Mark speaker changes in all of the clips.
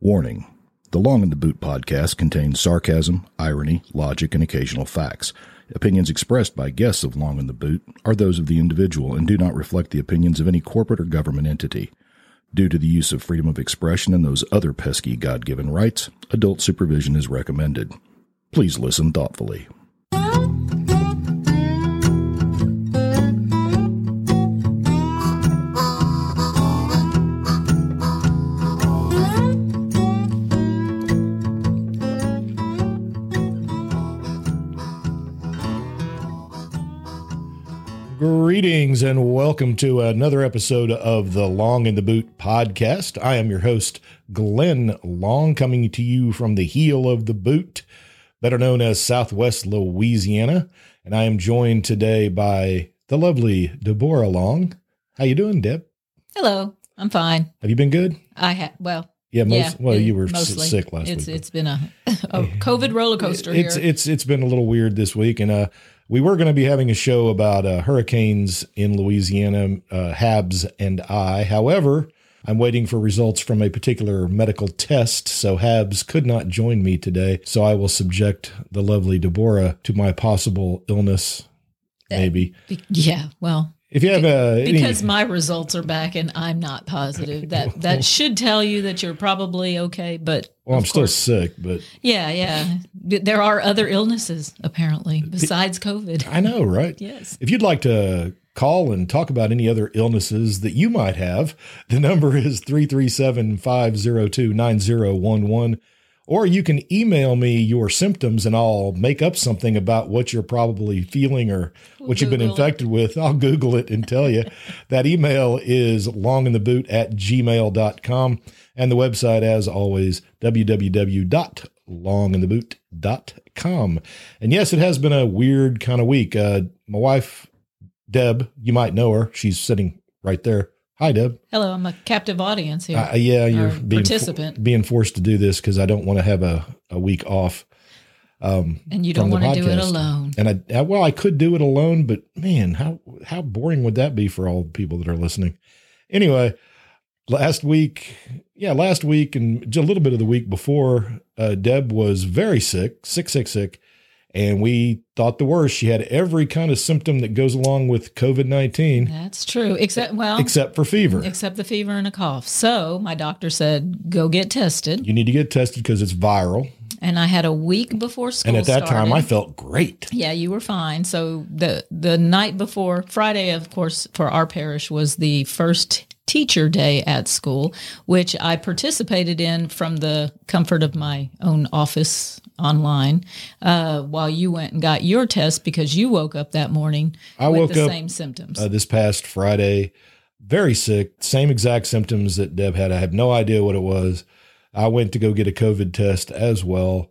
Speaker 1: Warning The Long in the Boot podcast contains sarcasm, irony, logic, and occasional facts. Opinions expressed by guests of Long in the Boot are those of the individual and do not reflect the opinions of any corporate or government entity. Due to the use of freedom of expression and those other pesky God given rights, adult supervision is recommended. Please listen thoughtfully.
Speaker 2: Greetings and welcome to another episode of the Long in the Boot podcast. I am your host, Glenn Long, coming to you from the heel of the boot, better known as Southwest Louisiana. And I am joined today by the lovely Deborah Long. How you doing, Deb?
Speaker 3: Hello, I'm fine.
Speaker 2: Have you been good?
Speaker 3: I ha- well,
Speaker 2: Yeah, most
Speaker 3: yeah.
Speaker 2: well,
Speaker 3: it-
Speaker 2: you were s-
Speaker 3: mostly.
Speaker 2: sick last week.
Speaker 3: it's,
Speaker 2: but-
Speaker 3: It's been a, a COVID roller coaster
Speaker 2: It's
Speaker 3: here.
Speaker 2: it's it's been a little weird this week, and uh, we were going to be having a show about uh, hurricanes in Louisiana, uh, Habs and I. However, I'm waiting for results from a particular medical test, so Habs could not join me today. So I will subject the lovely Deborah to my possible illness, maybe.
Speaker 3: Be- yeah, well,
Speaker 2: If you have uh, any-
Speaker 3: because my results are back and I'm not positive. That that should tell you that you're probably okay. But
Speaker 2: well, I'm
Speaker 3: of
Speaker 2: still
Speaker 3: course-
Speaker 2: sick, but
Speaker 3: yeah, yeah. But There are other illnesses apparently besides COVID.
Speaker 2: I know, right?
Speaker 3: Yes.
Speaker 2: If you'd like to call and talk about any other illnesses that you might have, the number is 337 502 9011. Or you can email me your symptoms and I'll make up something about what you're probably feeling or what you've been
Speaker 3: Google it.
Speaker 2: infected with. I'll Google it and tell you. that email is longintheboot at gmail.com. And the website, as always, www.longintheboot.com. And yes, it has been a weird kind of week. Uh, my wife, Deb, you might know her. She's sitting right there. Hi, Deb.
Speaker 3: Hello, I'm a captive audience here.
Speaker 2: Uh, yeah, you're
Speaker 3: Our
Speaker 2: being,
Speaker 3: participant.
Speaker 2: being forced to do this because I don't want to have a, a week off. Um,
Speaker 3: and you
Speaker 2: from
Speaker 3: don't
Speaker 2: the
Speaker 3: want to do it
Speaker 2: podcast.
Speaker 3: alone.
Speaker 2: and I, I well, I could do it alone, but man, how how boring would that be for all the people that are listening? Anyway, last week, yeah, last week and j- a little bit of the week before, uh, Deb was very sick, sick, sick, sick, and we thought the worst. She had every kind of symptom that goes along with COVID nineteen,
Speaker 3: That's true. Except well,
Speaker 2: except for fever.
Speaker 3: except the fever and a cough. So my doctor said go get tested.
Speaker 2: you need to get tested because it's viral.
Speaker 3: and I had a week before school.
Speaker 2: And at that time,
Speaker 3: started.
Speaker 2: I felt great.
Speaker 3: yeah, you were fine. So the the night before Friday, of course, for our parish was the first teacher day at school, which I participated in from the comfort of my own office online. Uh, while you went and got your test because you woke up that morning
Speaker 2: I
Speaker 3: with
Speaker 2: woke
Speaker 3: the
Speaker 2: up,
Speaker 3: same symptoms.
Speaker 2: uh, this past Friday, very sick, same exact symptoms that Deb had. I have no idea what it was. I went to go get a COVID test as well.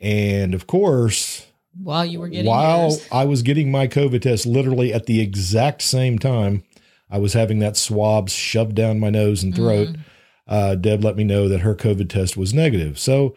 Speaker 2: And of course,
Speaker 3: while you were getting
Speaker 2: while
Speaker 3: yours.
Speaker 2: I was getting my COVID test, literally at the exact same time, I was having that swab shoved down my nose and throat.
Speaker 3: Mm.
Speaker 2: Uh, Deb let me know that her COVID test was negative. So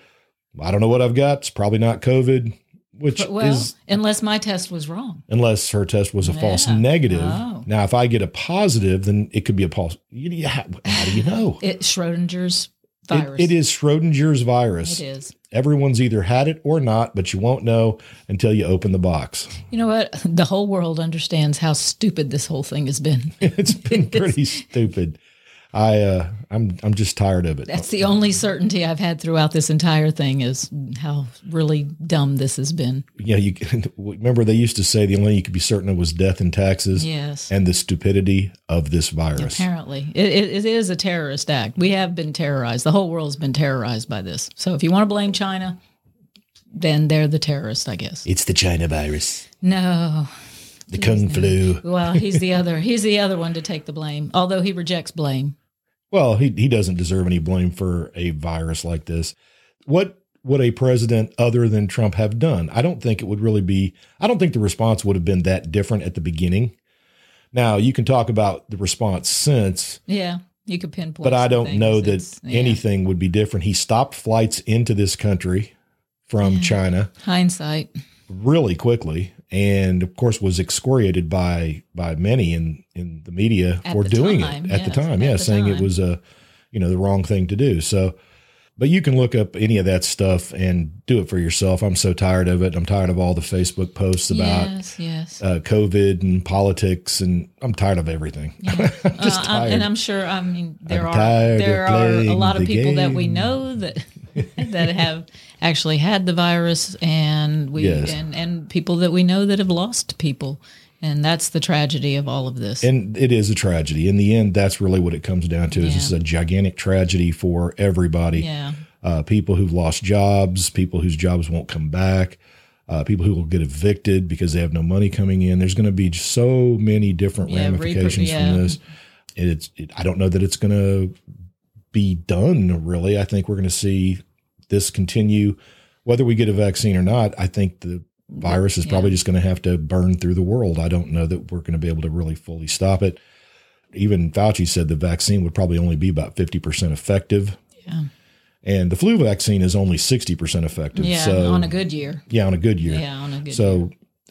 Speaker 2: I don't know what I've got. It's probably not COVID, which
Speaker 3: But, well,
Speaker 2: is
Speaker 3: unless my test was wrong.
Speaker 2: unless her test was a false
Speaker 3: Yeah.
Speaker 2: negative.
Speaker 3: Oh.
Speaker 2: Now, if I get a positive, then it could be a false. You, you- how, how do you know?
Speaker 3: It Schrodinger's
Speaker 2: It-
Speaker 3: virus.
Speaker 2: it is Schrodinger's virus.
Speaker 3: It is.
Speaker 2: Everyone's either had it or not, but you won't know until you open the box.
Speaker 3: You know what? The whole world understands how stupid this whole thing has been.
Speaker 2: It's been pretty stupid. I uh, I'm I'm just tired of it.
Speaker 3: That's the only certainty I've had throughout this entire thing is how really dumb this has been.
Speaker 2: Yeah, you remember they used to say the only thing you could be certain of was death and taxes,
Speaker 3: Yes.
Speaker 2: and the stupidity of this virus.
Speaker 3: Apparently, it, it, it is a terrorist act. We have been terrorized. The whole world's been terrorized by this. So if you want to blame China, then they're the terrorist, I guess.
Speaker 2: It's the China virus,
Speaker 3: No.
Speaker 2: the kung flu.
Speaker 3: Well, he's the other. He's the other one to take the blame, although he rejects blame.
Speaker 2: Well, he he doesn't deserve any blame for a virus like this. What would a president other than Trump have done? I don't think it would really be I don't think the response would have been that different at the beginning. Now, you can talk about the response since,
Speaker 3: Yeah, you could pinpoint.
Speaker 2: but I
Speaker 3: some
Speaker 2: don't
Speaker 3: things.
Speaker 2: know that
Speaker 3: It's- yeah.
Speaker 2: anything would be different. He stopped flights into this country from China
Speaker 3: hindsight.
Speaker 2: really quickly and of course was excoriated by by many in in the media
Speaker 3: At
Speaker 2: for
Speaker 3: the
Speaker 2: doing
Speaker 3: time,
Speaker 2: it at the
Speaker 3: yes,
Speaker 2: time
Speaker 3: at
Speaker 2: yeah
Speaker 3: the
Speaker 2: saying it
Speaker 3: time.
Speaker 2: was a you know the wrong thing to do so But you can look up any of that stuff and do it for yourself. I'm so tired of it. I'm tired of all the Facebook posts about
Speaker 3: yes, yes.
Speaker 2: uh, COVID and politics, and I'm tired of everything. I'm just
Speaker 3: Uh, I'm-
Speaker 2: tired.
Speaker 3: and I'm sure. I mean, there
Speaker 2: I'm
Speaker 3: are
Speaker 2: tired
Speaker 3: there
Speaker 2: of
Speaker 3: are a
Speaker 2: playing
Speaker 3: lot of
Speaker 2: the
Speaker 3: people that we
Speaker 2: game.
Speaker 3: know that that have actually had the virus, and we
Speaker 2: Yes.
Speaker 3: and and people that we know that have lost people, and that's the tragedy of all of this.
Speaker 2: and it is a tragedy. In the end, that's really what it comes down to. Is
Speaker 3: Yeah.
Speaker 2: this is a gigantic tragedy for everybody.
Speaker 3: yeah,
Speaker 2: uh, people who've lost jobs, people whose jobs won't come back, uh, people who will get evicted because they have no money coming in. There's going to be so many different
Speaker 3: Yeah, reper-
Speaker 2: ramifications
Speaker 3: yeah.
Speaker 2: from this. And It's it, I don't know that it's going to be done really. I think we're going to see this continue, whether we get a vaccine or not. I think the virus is
Speaker 3: Yeah.
Speaker 2: probably just going to have to burn through the world. I don't know that we're going to be able to really fully stop it. Even Fauci said the vaccine would probably only be about 50% effective
Speaker 3: yeah,
Speaker 2: and the flu vaccine is only 60% effective
Speaker 3: yeah.
Speaker 2: so
Speaker 3: on a good year.
Speaker 2: yeah on a good year
Speaker 3: Yeah, on a good. year.
Speaker 2: so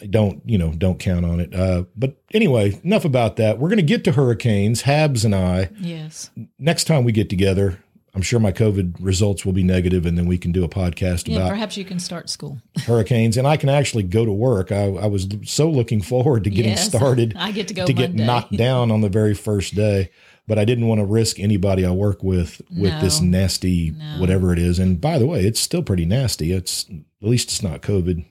Speaker 2: don't you know don't count on it uh, but anyway enough about that we're going to get to hurricanes habs and i
Speaker 3: yes,
Speaker 2: next time we get together i'm sure my covid results will be negative and then we can do a podcast
Speaker 3: yeah.
Speaker 2: about
Speaker 3: Perhaps you can start school.
Speaker 2: hurricanes and i can actually go to work i, I was so looking forward to getting
Speaker 3: Yes.
Speaker 2: started
Speaker 3: I get to go
Speaker 2: to get
Speaker 3: Monday.
Speaker 2: knocked down on the very first day. But I didn't want to risk anybody I work with with this
Speaker 3: No.
Speaker 2: nasty
Speaker 3: No.
Speaker 2: whatever it is. And by the way, it's still pretty nasty. It's at least it's not COVID.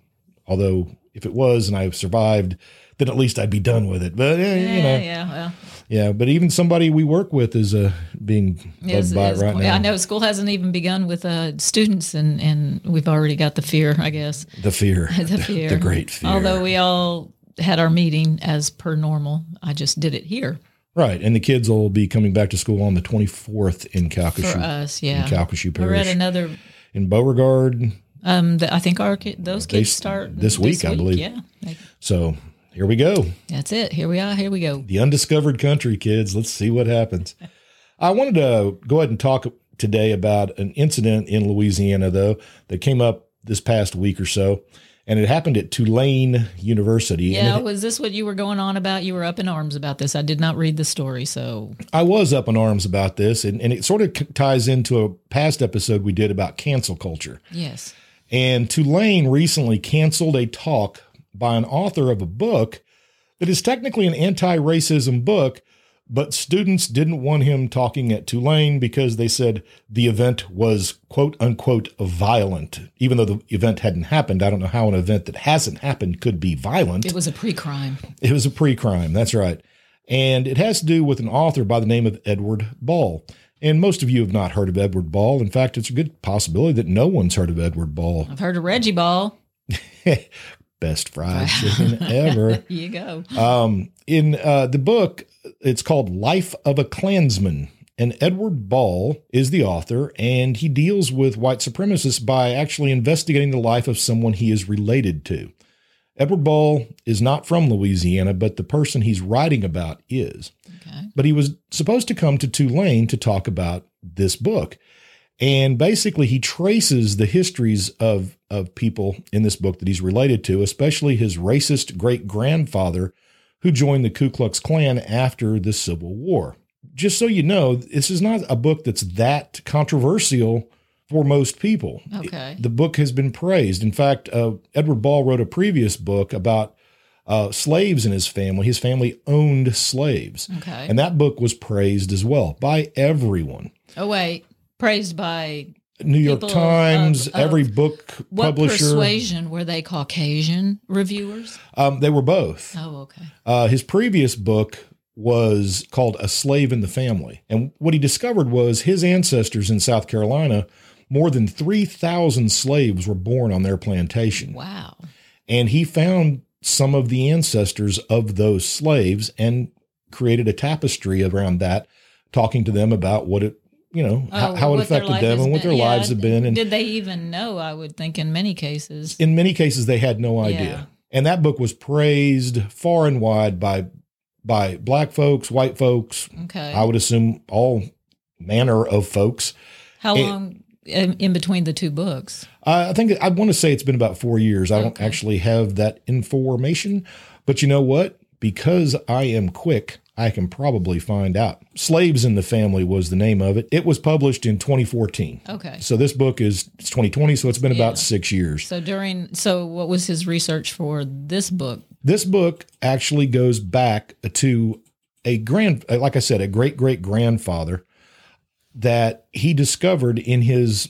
Speaker 2: Although if it was and I survived, then at least I'd be done with it. But eh,
Speaker 3: yeah,
Speaker 2: you know, yeah.
Speaker 3: yeah. Well,
Speaker 2: But even somebody we work with is uh, being
Speaker 3: Is-
Speaker 2: bugged by it
Speaker 3: is-
Speaker 2: right now.
Speaker 3: I know school hasn't even begun with uh, students, and, and we've already got the fear, I guess.
Speaker 2: The fear,
Speaker 3: The fear.
Speaker 2: the great fear.
Speaker 3: Although we all had our meeting as per normal, I just did it here
Speaker 2: right, and the kids will be coming back to school on the twenty fourth in
Speaker 3: for uh,
Speaker 2: Calcasieu,
Speaker 3: us.
Speaker 2: in
Speaker 3: Yeah.
Speaker 2: Calcasieu
Speaker 3: I read
Speaker 2: Parish,
Speaker 3: another.
Speaker 2: in Beauregard.
Speaker 3: Um, the, I think our ki- those
Speaker 2: They
Speaker 3: kids
Speaker 2: s-
Speaker 3: start
Speaker 2: this week, I believe.
Speaker 3: Yeah, Like,
Speaker 2: So here we go.
Speaker 3: that's it. Here we are. Here we go.
Speaker 2: the undiscovered country kids let's see what happens i wanted to go ahead and talk today about an incident in louisiana though that came up this past week or so and it happened at tulane university
Speaker 3: Yeah,
Speaker 2: and it-
Speaker 3: was this what you were going on about? You were up in arms about this. I did not read the story, so
Speaker 2: i was up in arms about this and, and it sort of c- ties into a past episode we did about cancel culture
Speaker 3: yes,
Speaker 2: and tulane recently canceled a talk by an author of a book that is technically an anti-racism book but students didn't want him talking at Tulane because they said the event was quote unquote violent, even though the event hadn't happened. I don't know how an event that hasn't happened could be violent.
Speaker 3: it was a pre-crime.
Speaker 2: It was a pre crime. That's right. And it has to do with an author by the name of Edward Ball. And most of you have not heard of Edward Ball. In fact, it's a good possibility that no one's heard of Edward Ball.
Speaker 3: I've heard of Reggie Ball.
Speaker 2: Best fried chicken ever.
Speaker 3: There you go.
Speaker 2: Um, in uh, the book, it's called Life of a Klansman. And Edward Ball is the author, and he deals with white supremacists by actually investigating the life of someone he is related to. Edward Ball is not from Louisiana, but the person he's writing about is
Speaker 3: Okay.
Speaker 2: but he was supposed to come to Tulane to talk about this book. And basically, he traces the histories of, of people in this book that he's related to, especially his racist great grandfather who joined the Ku Klux Klan after the Civil War. Just so you know, this is not a book that's that controversial for most people.
Speaker 3: Okay.
Speaker 2: The book has been praised. In fact, uh, Edward Ball wrote a previous book about uh, slaves in his family. His family owned slaves.
Speaker 3: Okay.
Speaker 2: And that book was praised as well by everyone.
Speaker 3: Oh wait, praised by
Speaker 2: New York
Speaker 3: People of-
Speaker 2: Times,
Speaker 3: of-
Speaker 2: every book
Speaker 3: what
Speaker 2: publisher.
Speaker 3: persuasion were they? Caucasian reviewers?
Speaker 2: Um, they were both.
Speaker 3: Oh, okay.
Speaker 2: Uh, his previous book was called A Slave in the Family. And what he discovered was his ancestors in South Carolina, more than 3,000 slaves were born on their plantation.
Speaker 3: Wow.
Speaker 2: And he found some of the ancestors of those slaves and created a tapestry around that, talking to them about what it, you know, how,
Speaker 3: Oh,
Speaker 2: how it
Speaker 3: what their
Speaker 2: affected
Speaker 3: life
Speaker 2: them
Speaker 3: has
Speaker 2: and what
Speaker 3: been-
Speaker 2: their
Speaker 3: yeah,
Speaker 2: lives have been. And
Speaker 3: Did they even know? I would think in many cases.
Speaker 2: in many cases, they had no idea.
Speaker 3: Yeah.
Speaker 2: And that book was praised far and wide by by black folks, white folks,
Speaker 3: Okay.
Speaker 2: I would assume all manner of folks.
Speaker 3: How
Speaker 2: it-
Speaker 3: long in, in between the two books?
Speaker 2: Uh, I think I want to say it's been about four years. I don't
Speaker 3: Okay.
Speaker 2: actually have that information, but you know what? Because I am quick, I can probably find out. Slaves in the Family was the name of it. It was published in 2014.
Speaker 3: Okay.
Speaker 2: So this book is it's 2020, so it's been
Speaker 3: Yeah.
Speaker 2: about six years.
Speaker 3: So during so what was his research for this book?
Speaker 2: this book actually goes back to a grand like i said a great great grandfather that he discovered in his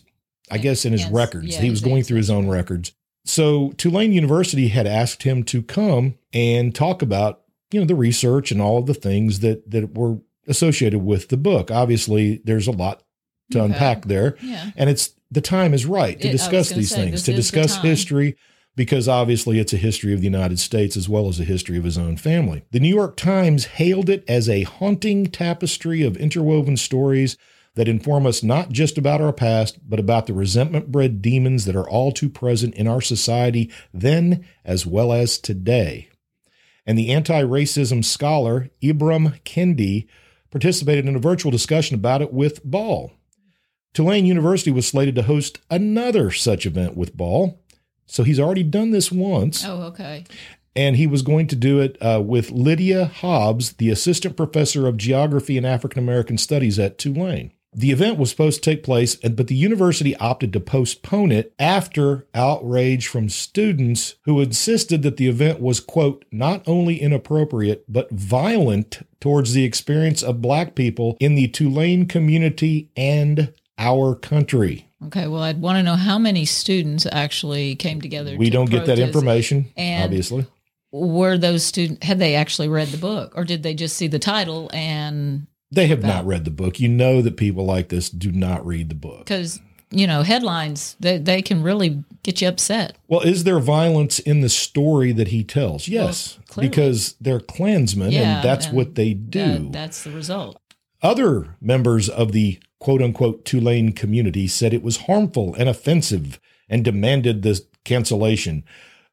Speaker 2: i guess in his
Speaker 3: Yes.
Speaker 2: records
Speaker 3: Yeah,
Speaker 2: he was
Speaker 3: his
Speaker 2: going through his own records so tulane university had asked him to come and talk about you know the research and all of the things that that were associated with the book obviously there's a lot to
Speaker 3: Okay.
Speaker 2: unpack there
Speaker 3: Yeah.
Speaker 2: and it's the time is right
Speaker 3: It- I
Speaker 2: to
Speaker 3: was
Speaker 2: discuss
Speaker 3: gonna
Speaker 2: these
Speaker 3: say,
Speaker 2: things,
Speaker 3: this
Speaker 2: to
Speaker 3: is the
Speaker 2: discuss
Speaker 3: time.
Speaker 2: history, because obviously it's a history of the United States as well as a history of his own family. The New York Times hailed it as a haunting tapestry of interwoven stories that inform us not just about our past, but about the resentment bred demons that are all too present in our society then as well as today. And the anti racism scholar Ibram Kendi participated in a virtual discussion about it with Ball. Tulane University was slated to host another such event with Ball. So he's already done this once,
Speaker 3: Oh, okay.
Speaker 2: and he was going to do it uh, with Lydia Hobbs, the assistant professor of geography and African American studies at Tulane. The event was supposed to take place, and- but the university opted to postpone it after outrage from students who insisted that the event was, quote, not only inappropriate, but violent towards the experience of black people in the Tulane community and our country.
Speaker 3: Okay. Well, I'd want to know how many students actually came together.
Speaker 2: We
Speaker 3: to
Speaker 2: don't get that
Speaker 3: protest.
Speaker 2: information,
Speaker 3: And-
Speaker 2: obviously.
Speaker 3: Were those students had they actually read the book, or did they just see the title and
Speaker 2: They have
Speaker 3: about-
Speaker 2: not read the book. You know that people like this do not read the book.
Speaker 3: because you know headlines they they can really get you upset.
Speaker 2: Well, is there violence in the story that he tells? Yes,
Speaker 3: clearly.
Speaker 2: because they're Klansmen,
Speaker 3: Yeah,
Speaker 2: and that's
Speaker 3: and
Speaker 2: what they do.
Speaker 3: That- that's the result.
Speaker 2: Other members of the quote unquote Tulane community said it was harmful and offensive and demanded the cancellation.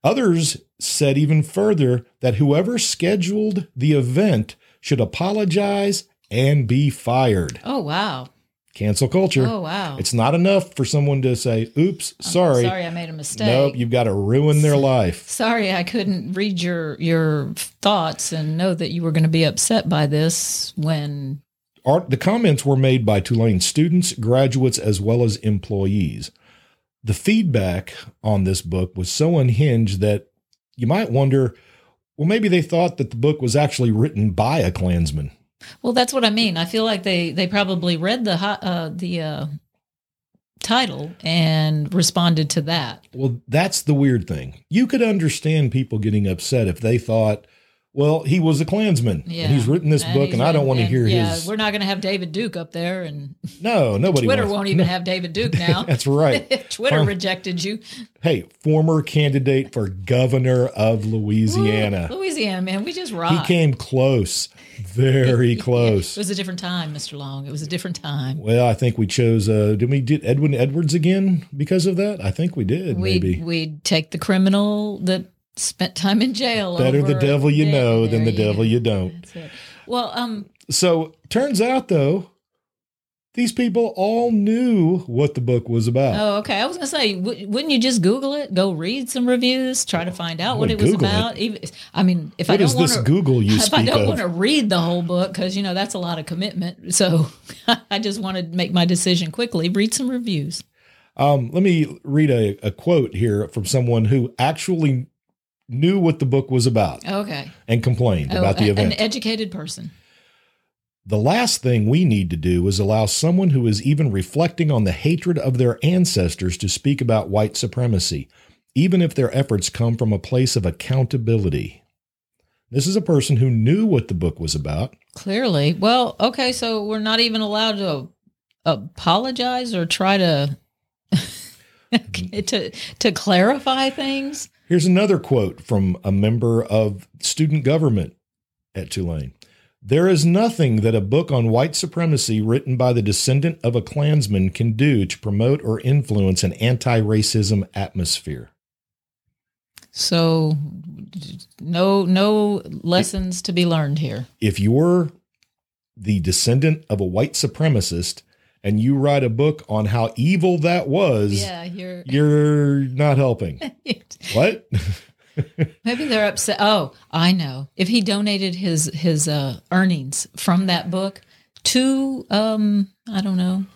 Speaker 2: Others said even further that whoever scheduled the event should apologize and be fired.
Speaker 3: Oh wow.
Speaker 2: Cancel culture.
Speaker 3: Oh wow.
Speaker 2: It's not enough for someone to say, oops, sorry.
Speaker 3: Sorry, I made a mistake.
Speaker 2: Nope, you've got to ruin their life.
Speaker 3: Sorry, I couldn't read your your thoughts and know that you were going to be upset by this when
Speaker 2: Art, the comments were made by Tulane students, graduates, as well as employees. The feedback on this book was so unhinged that you might wonder well, maybe they thought that the book was actually written by a Klansman.
Speaker 3: Well, that's what I mean. I feel like they they probably read the hi- uh, the uh, title and responded to that.
Speaker 2: Well, that's the weird thing. You could understand people getting upset if they thought, well, he was a Klansman
Speaker 3: Yeah,
Speaker 2: and he's written this book,
Speaker 3: he's
Speaker 2: and I don't
Speaker 3: written-
Speaker 2: want to
Speaker 3: and,
Speaker 2: hear
Speaker 3: yeah,
Speaker 2: his.
Speaker 3: We're not going to have David Duke up there, and
Speaker 2: No, nobody.
Speaker 3: Twitter
Speaker 2: wants-
Speaker 3: won't even
Speaker 2: no,
Speaker 3: have David Duke now.
Speaker 2: That's right.
Speaker 3: Twitter
Speaker 2: Farm-
Speaker 3: rejected you.
Speaker 2: Hey, former candidate for governor of Louisiana.
Speaker 3: Ooh, Louisiana, man, we just
Speaker 2: He
Speaker 3: rocked.
Speaker 2: came close, very
Speaker 3: It
Speaker 2: close.
Speaker 3: was a different time, Mr. Long. It was a different time.
Speaker 2: Well, I think we chose. Uh, did we did Edwin Edwards again because of that? I think we did.
Speaker 3: We'd,
Speaker 2: maybe
Speaker 3: we'd take the criminal that spent time in jail.
Speaker 2: better
Speaker 3: over
Speaker 2: the devil you
Speaker 3: Dan-
Speaker 2: know than the
Speaker 3: there you
Speaker 2: devil
Speaker 3: go.
Speaker 2: you don't.
Speaker 3: That's it. Well, um,
Speaker 2: So turns out though, these people all knew what the book was about.
Speaker 3: Oh, okay. I was gonna say, w- wouldn't you just Google it? Go read some reviews, try to find out what
Speaker 2: would
Speaker 3: it was
Speaker 2: Google it.
Speaker 3: about. Even, I mean, if I
Speaker 2: what
Speaker 3: don't
Speaker 2: is
Speaker 3: want
Speaker 2: this
Speaker 3: to,
Speaker 2: Google you
Speaker 3: if I
Speaker 2: speak
Speaker 3: don't
Speaker 2: of?
Speaker 3: want to read the whole book, because you know that's a lot of commitment. So I just want to make my decision quickly. Read some reviews.
Speaker 2: Um, let me read a, a quote here from someone who actually knew what the book was about
Speaker 3: Okay. Oh,
Speaker 2: and complained about the
Speaker 3: a- an
Speaker 2: event.
Speaker 3: educated person.
Speaker 2: the last thing we need to do is allow someone who is even reflecting on the hatred of their ancestors to speak about white supremacy, even if their efforts come from a place of accountability. This is a person who knew what the book was about.
Speaker 3: Clearly. Well, okay. So we're not even allowed to apologize or try to. to to clarify things
Speaker 2: Here's another quote from a member of student government at Tulane. There is nothing that a book on white supremacy written by the descendant of a Klansman can do to promote or influence an anti racism atmosphere.
Speaker 3: so no no lessons to be learned here
Speaker 2: If you're the descendant of a white supremacist and you write a book on how evil that was,
Speaker 3: Yeah, you're.
Speaker 2: you're not helping. what?
Speaker 3: Maybe they're upset. Oh, I know. If he donated his his uh, earnings from that book to, um, I don't know.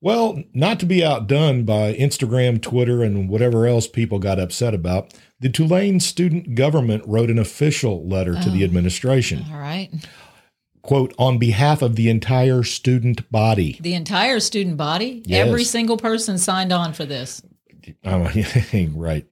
Speaker 2: Well, not to be outdone by Instagram, Twitter, and whatever else people got upset about, the Tulane student government wrote an official letter to the administration.
Speaker 3: All right,
Speaker 2: Quote, on behalf of the entire student body.
Speaker 3: the entire student body,
Speaker 2: Yes.
Speaker 3: every single person signed on for this.
Speaker 2: I'm Oh, right.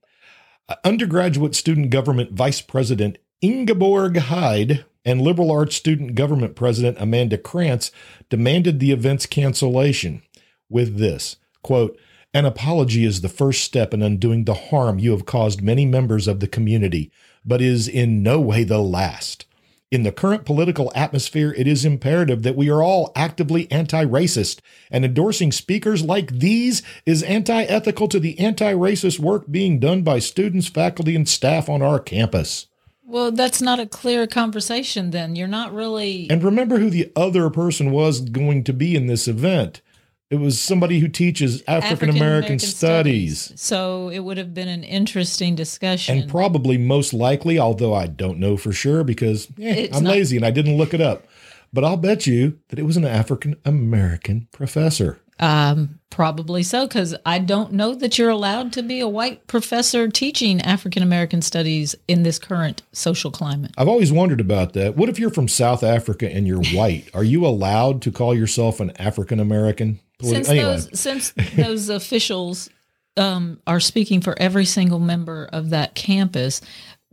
Speaker 2: Uh, Undergraduate student government vice president Ingeborg Hyde and liberal arts student government president Amanda Krantz demanded the event's cancellation with this quote, an apology is the first step in undoing the harm you have caused many members of the community, but is in no way the last. In the current political atmosphere, it is imperative that we are all actively anti racist, and endorsing speakers like these is anti ethical to the anti racist work being done by students, faculty, and staff on our campus.
Speaker 3: Well, that's not a clear conversation. Then you're not really.
Speaker 2: And remember who the other person was going to be in this event. It was somebody who teaches African American studies.
Speaker 3: So it would have been an interesting discussion.
Speaker 2: And probably most likely, although I don't know for sure because eh,
Speaker 3: It's
Speaker 2: I'm
Speaker 3: not-
Speaker 2: lazy and I didn't look it up. But I'll bet you that it was an African American professor.
Speaker 3: um, probably so, because I don't know that you're allowed to be a white professor teaching African American studies in this current social climate.
Speaker 2: I've always wondered about that. What if you're from South Africa and you're white? Are you allowed to call yourself an African American? Polit-
Speaker 3: Since
Speaker 2: anyway,
Speaker 3: those since those officials um, are speaking for every single member of that campus,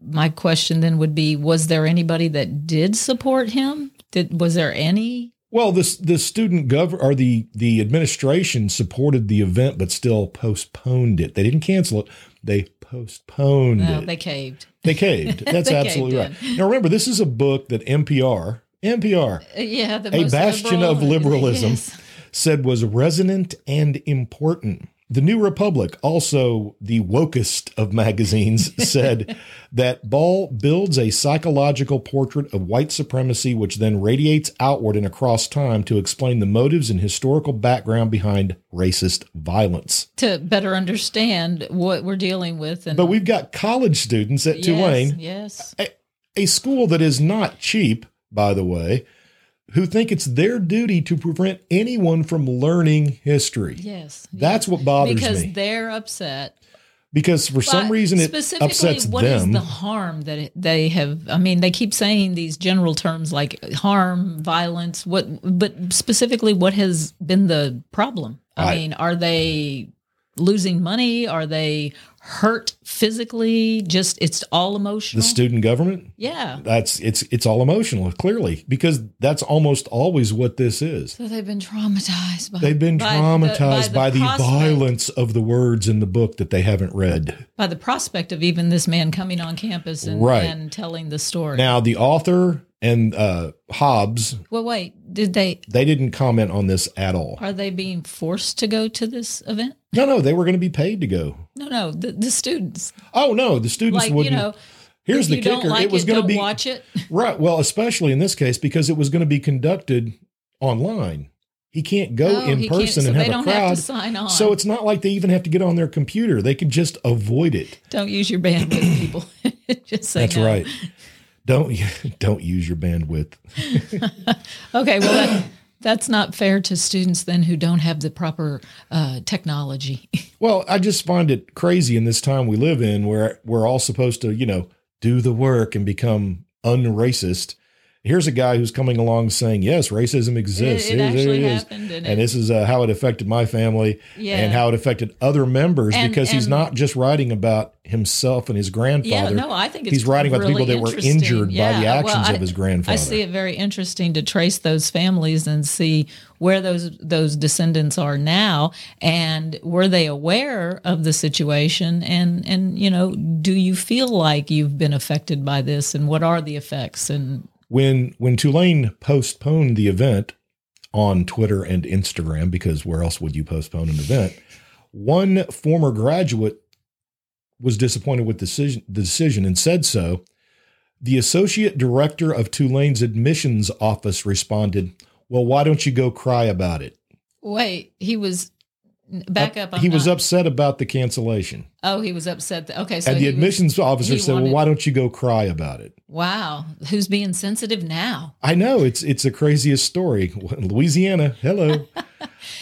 Speaker 3: my question then would be: Was there anybody that did support him? Did was there any?
Speaker 2: well, this the student gov or the the administration supported the event, but still postponed it. They didn't cancel it. They postponed
Speaker 3: No,
Speaker 2: it.
Speaker 3: they caved.
Speaker 2: They caved. That's
Speaker 3: They
Speaker 2: absolutely
Speaker 3: caved
Speaker 2: right. Now remember, this is a book that NPR, NPR
Speaker 3: Uh, Yeah, the
Speaker 2: A
Speaker 3: most
Speaker 2: bastion of liberalism.
Speaker 3: Yes.
Speaker 2: said was resonant and important. The New Republic, also the wokest of magazines, said that Ball builds a psychological portrait of white supremacy, which then radiates outward and across time to explain the motives and historical background behind racist violence.
Speaker 3: To better understand what we're dealing with, and
Speaker 2: But we've got college students at
Speaker 3: Yes,
Speaker 2: Tulane
Speaker 3: yes.
Speaker 2: a school that is not cheap, by the way, who think it's their duty to prevent anyone from learning history.
Speaker 3: Yes.
Speaker 2: That's what bothers
Speaker 3: because
Speaker 2: me.
Speaker 3: they're upset.
Speaker 2: because for some
Speaker 3: But
Speaker 2: reason it
Speaker 3: specifically,
Speaker 2: upsets
Speaker 3: what is
Speaker 2: them.
Speaker 3: the harm that it, they have? I mean, they keep saying these general terms like harm, violence. What? But specifically, what has been the problem? I,
Speaker 2: I-
Speaker 3: mean, are they losing money? Are they hurt physically? Just it's all
Speaker 2: the
Speaker 3: emotional.
Speaker 2: student government?
Speaker 3: yeah.
Speaker 2: That's it's it's all emotional, clearly, because that's almost always what this is.
Speaker 3: So they've been traumatized. By,
Speaker 2: They've been
Speaker 3: by the-
Speaker 2: traumatized by the,
Speaker 3: prospect-
Speaker 2: violence of the words in the book that they haven't read.
Speaker 3: by the prospect of even this man coming on campus and,
Speaker 2: Right.
Speaker 3: and telling the story.
Speaker 2: Now, the author and uh, Hobbes,
Speaker 3: well, wait, did they
Speaker 2: they didn't comment on this at all.
Speaker 3: Are they being forced to go to this event?
Speaker 2: No, no, they were going to be paid to go.
Speaker 3: No, no, the, the students.
Speaker 2: Oh no, the students
Speaker 3: Like you
Speaker 2: wouldn't.
Speaker 3: know,
Speaker 2: Here's
Speaker 3: if
Speaker 2: the
Speaker 3: you
Speaker 2: kicker:
Speaker 3: Don't like
Speaker 2: it was going to
Speaker 3: don't
Speaker 2: be
Speaker 3: watch it.
Speaker 2: right. Well, especially in this case because it was going to be conducted online. He can't go
Speaker 3: Oh,
Speaker 2: in
Speaker 3: he can't-
Speaker 2: person
Speaker 3: so
Speaker 2: and
Speaker 3: they
Speaker 2: have
Speaker 3: don't
Speaker 2: a crowd.
Speaker 3: have to sign on.
Speaker 2: so it's not like they even have to get on their computer. They can just avoid it.
Speaker 3: don't use your bandwidth, people. Just say
Speaker 2: That's
Speaker 3: no.
Speaker 2: right. Don't don't use your bandwidth.
Speaker 3: Okay, well that, that's not fair to students then who don't have the proper uh, technology.
Speaker 2: Well, I just find it crazy in this time we live in where we're all supposed to, you know, do the work and become unracist. Here's a guy who's coming along saying, "Yes, racism exists.
Speaker 3: it
Speaker 2: Here's- here
Speaker 3: actually
Speaker 2: it is.
Speaker 3: happened, and it-
Speaker 2: this is uh, how it affected my family
Speaker 3: Yeah.
Speaker 2: and how it affected other members
Speaker 3: And-
Speaker 2: because he's
Speaker 3: and-
Speaker 2: not just writing about himself and his
Speaker 3: yeah,
Speaker 2: grandfather.
Speaker 3: no, I think it's
Speaker 2: he's writing about the
Speaker 3: really
Speaker 2: people that were
Speaker 3: interesting.
Speaker 2: injured by
Speaker 3: Yeah,
Speaker 2: the
Speaker 3: well,
Speaker 2: actions
Speaker 3: I-
Speaker 2: of his grandfather.
Speaker 3: I see it very interesting to trace those families and see where those those descendants are now and were they aware of the situation and and you know do you feel like you've been affected by this and what are the effects and
Speaker 2: when when Tulane postponed the event on Twitter and Instagram because where else would you postpone an event? One former graduate was disappointed with decision, the decision and said so. The associate director of Tulane's admissions office responded, "Well, why don't you go cry about it?"
Speaker 3: wait he was Back up. I'm
Speaker 2: he was
Speaker 3: not-
Speaker 2: upset about the cancellation.
Speaker 3: Oh, he was upset. That, okay, so
Speaker 2: and
Speaker 3: he
Speaker 2: the
Speaker 3: was-
Speaker 2: admissions officer
Speaker 3: he
Speaker 2: said, Well,
Speaker 3: wanted-
Speaker 2: why don't you go cry about it?
Speaker 3: wow, who's being sensitive now?
Speaker 2: I know it's it's the craziest story. Louisiana, hello.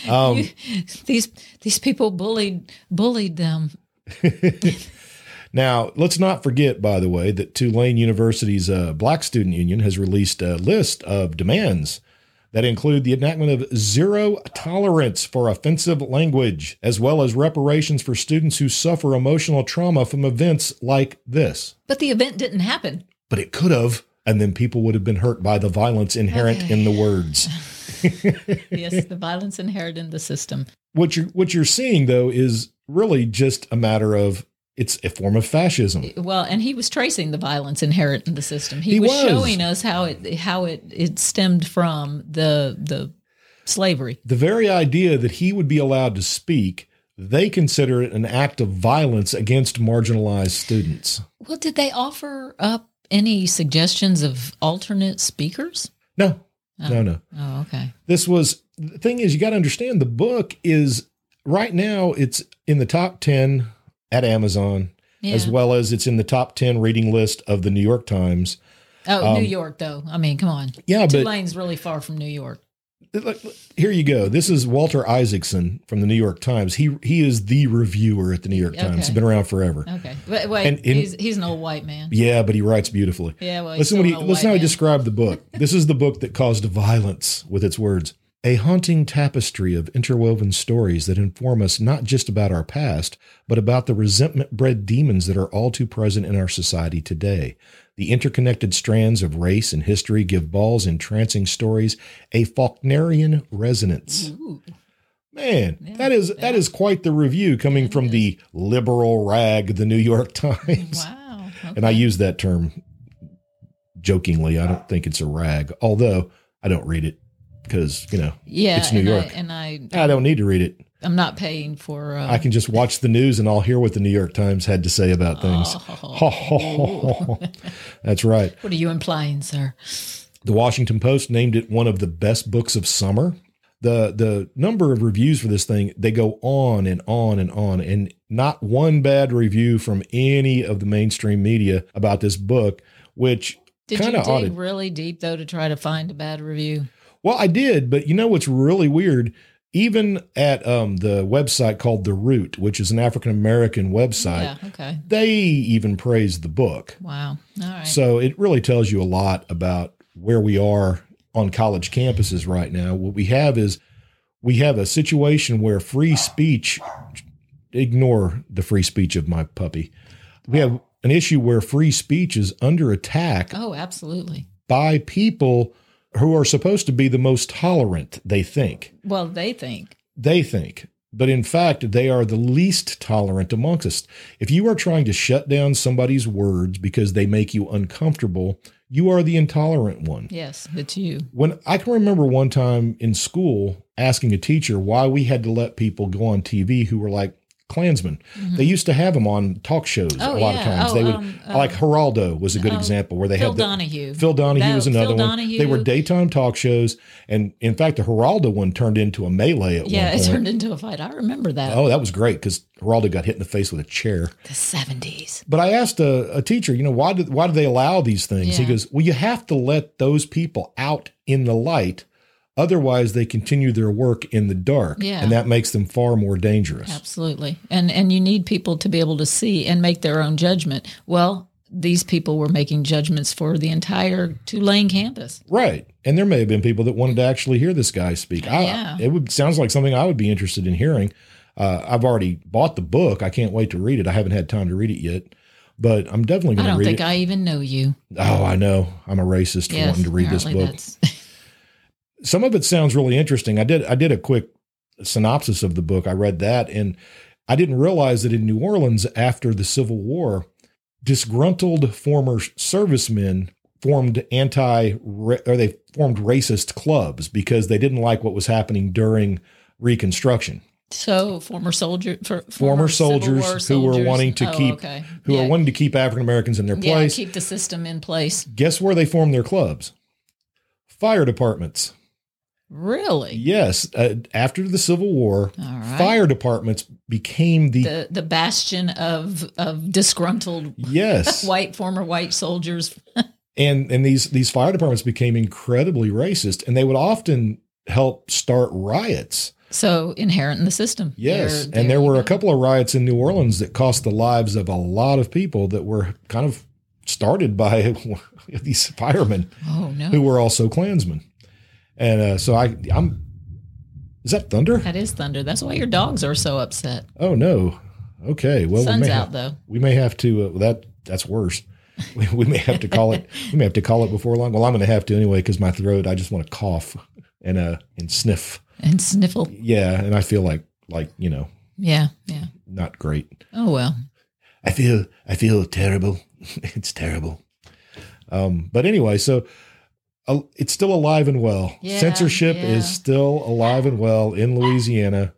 Speaker 2: Um,
Speaker 3: These these people bullied bullied them.
Speaker 2: now, let's not forget, by the way, that Tulane University's uh, Black Student Union has released a list of demands that include the enactment of zero tolerance for offensive language, as well as reparations for students who suffer emotional trauma from events like this.
Speaker 3: But the event didn't happen.
Speaker 2: But it could have, and then people would have been hurt by the violence inherent in the words.
Speaker 3: Yes, the violence inherent in the system.
Speaker 2: what you're what you're seeing though is really just a matter of it's a form of fascism.
Speaker 3: Well, and he was tracing the violence inherent in the system. He,
Speaker 2: He
Speaker 3: was,
Speaker 2: was.
Speaker 3: showing us how it how it, it stemmed from the the slavery.
Speaker 2: The very idea that he would be allowed to speak, they consider it an act of violence against marginalized students.
Speaker 3: Well, did they offer up any suggestions of alternate speakers?
Speaker 2: No, no, no.
Speaker 3: Oh, okay.
Speaker 2: This was the thing is you got to understand the book is right now it's in the top ten at Amazon
Speaker 3: Yeah.
Speaker 2: as well as it's in the top ten reading list of the New York Times. um,
Speaker 3: oh, New York though. I mean, come on.
Speaker 2: Yeah, but
Speaker 3: Tulane's really far from New York.
Speaker 2: Look, look, here you go. This is Walter Isaacson from the New York Times. He he is the reviewer at the New York Times.
Speaker 3: Okay.
Speaker 2: He's been around forever.
Speaker 3: Okay. Wait, wait
Speaker 2: And- and-
Speaker 3: he's he's an old white man.
Speaker 2: Yeah, but he writes beautifully.
Speaker 3: Yeah, well, he's
Speaker 2: listen
Speaker 3: still
Speaker 2: what he,
Speaker 3: an old
Speaker 2: listen
Speaker 3: white
Speaker 2: how he
Speaker 3: man.
Speaker 2: described the book. this is the book that caused violence with its words. A haunting tapestry of interwoven stories that inform us not just about our past, but about the resentment bred demons that are all too present in our society today. The interconnected strands of race and history give Ball's entrancing stories a Faulknerian resonance.
Speaker 3: Ooh.
Speaker 2: Man,
Speaker 3: Mm-hmm. Yeah,
Speaker 2: that is that
Speaker 3: yeah.
Speaker 2: is quite the review coming from the liberal rag, the New York Times.
Speaker 3: Wow.
Speaker 2: And I
Speaker 3: okay.
Speaker 2: use that term jokingly. I don't think it's a rag, although I don't read it because you know
Speaker 3: yeah,
Speaker 2: it's New
Speaker 3: and
Speaker 2: York.
Speaker 3: I, and I
Speaker 2: I don't need to read it.
Speaker 3: I'm not paying for. Uh,
Speaker 2: I can just watch the news and I'll hear what the New York Times had to say about things.
Speaker 3: Oh.
Speaker 2: That's right.
Speaker 3: What are you implying, sir?
Speaker 2: The Washington Post named it one of the best books of summer. The the number of reviews for this thing, they go on and on and on and not one bad review from any of the mainstream media about this book, which
Speaker 3: Did
Speaker 2: Kinda
Speaker 3: you dig
Speaker 2: odd.
Speaker 3: really deep though to try to find a bad review?
Speaker 2: well, I did, but you know what's really weird? Even at um, the website called The Root, which is an African American website,
Speaker 3: yeah. Okay.
Speaker 2: they even praised the book.
Speaker 3: Wow. All right.
Speaker 2: So it really tells you a lot about where we are on college campuses right now. What we have is we have a situation where free speech ignore the free speech of my puppy. We have an issue where free speech is under attack
Speaker 3: oh, absolutely.
Speaker 2: by people who are supposed to be the most tolerant, they think
Speaker 3: Well, they think.
Speaker 2: they think. But in fact, they are the least tolerant amongst us. If you are trying to shut down somebody's words because they make you uncomfortable, you are the intolerant one.
Speaker 3: Yes, it's you.
Speaker 2: When I can remember one time in school asking a teacher why we had to let people go on TV who were like Klansmen. They used to have them on talk shows
Speaker 3: Mm-hmm. Oh,
Speaker 2: a lot
Speaker 3: yeah.
Speaker 2: of times.
Speaker 3: Oh,
Speaker 2: they would
Speaker 3: um, um,
Speaker 2: like Geraldo was a good
Speaker 3: oh,
Speaker 2: example where they
Speaker 3: Phil
Speaker 2: had the,
Speaker 3: Donahue.
Speaker 2: Phil Donahue
Speaker 3: That-
Speaker 2: was another
Speaker 3: Phil
Speaker 2: one. They were
Speaker 3: Donahue.
Speaker 2: daytime talk shows, and in fact, the Geraldo one turned into a melee at
Speaker 3: yeah,
Speaker 2: one
Speaker 3: it
Speaker 2: point.
Speaker 3: turned into a fight. I remember that.
Speaker 2: Oh, that was great because Geraldo got hit in the face with a chair.
Speaker 3: The seventies.
Speaker 2: But I asked a, a teacher, you know, why did why do they allow these things? He
Speaker 3: Yeah.
Speaker 2: goes, well, you have to let those people out in the light, otherwise they continue their work in the dark,
Speaker 3: Yeah.
Speaker 2: and that makes them far more dangerous.
Speaker 3: Absolutely. And and you need people to be able to see and make their own judgment. Well, these people were making judgments for the entire Tulane campus.
Speaker 2: Right, and there may have been people that wanted to actually hear this guy speak. I,
Speaker 3: Yeah.
Speaker 2: It would sounds like something I would be interested in hearing. Uh, I've already bought the book. I can't wait to read it. I haven't had time to read it yet, but I'm definitely
Speaker 3: I
Speaker 2: going to
Speaker 3: don't
Speaker 2: read
Speaker 3: think
Speaker 2: it.
Speaker 3: I even know you.
Speaker 2: oh, I know. I'm a racist for
Speaker 3: Yes,
Speaker 2: wanting to read this
Speaker 3: apparently
Speaker 2: book.
Speaker 3: that's-
Speaker 2: some of it sounds really interesting. I did I did a quick synopsis of the book. I read that and I didn't realize that in New Orleans after the Civil War, disgruntled former servicemen formed anti or they formed racist clubs because they didn't like what was happening during Reconstruction.
Speaker 3: So former soldier, for,
Speaker 2: Former soldiers
Speaker 3: Civil War
Speaker 2: who were wanting to
Speaker 3: soldiers. Oh,
Speaker 2: keep-
Speaker 3: okay.
Speaker 2: Who
Speaker 3: yeah.
Speaker 2: were wanting to keep African Americans in their
Speaker 3: yeah,
Speaker 2: place.
Speaker 3: keep the system in place.
Speaker 2: Guess where they formed their clubs? Fire departments.
Speaker 3: Really?
Speaker 2: Yes, uh, after the Civil War,
Speaker 3: All right.
Speaker 2: fire departments became the,
Speaker 3: The the bastion of of disgruntled
Speaker 2: yes,
Speaker 3: white former white soldiers.
Speaker 2: and and these these fire departments became incredibly racist, and they would often help start riots.
Speaker 3: So inherent in the system.
Speaker 2: Yes,
Speaker 3: There-
Speaker 2: and there
Speaker 3: you
Speaker 2: were
Speaker 3: go.
Speaker 2: a couple of riots in New Orleans that cost the lives of a lot of people that were kind of started by these firemen
Speaker 3: Oh no,
Speaker 2: who were also Klansmen. And uh, so I, I'm. Is that thunder?
Speaker 3: that is thunder. That's why your dogs are so upset.
Speaker 2: Oh no. Okay. Well, we
Speaker 3: Sun's
Speaker 2: may
Speaker 3: out
Speaker 2: have,
Speaker 3: though.
Speaker 2: we may have to. Uh, that that's worse. We, we may have to call it. We may have to call it before long. Well, I'm going to have to anyway because my throat. I just want to cough and uh and sniff.
Speaker 3: And sniffle.
Speaker 2: Yeah, and I feel like like you know
Speaker 3: Yeah, yeah.
Speaker 2: not great.
Speaker 3: Oh well.
Speaker 2: I feel I feel terrible. it's terrible. Um, but anyway, so uh, it's still alive and well.
Speaker 3: Yeah,
Speaker 2: Censorship
Speaker 3: yeah.
Speaker 2: is still alive and well in Louisiana,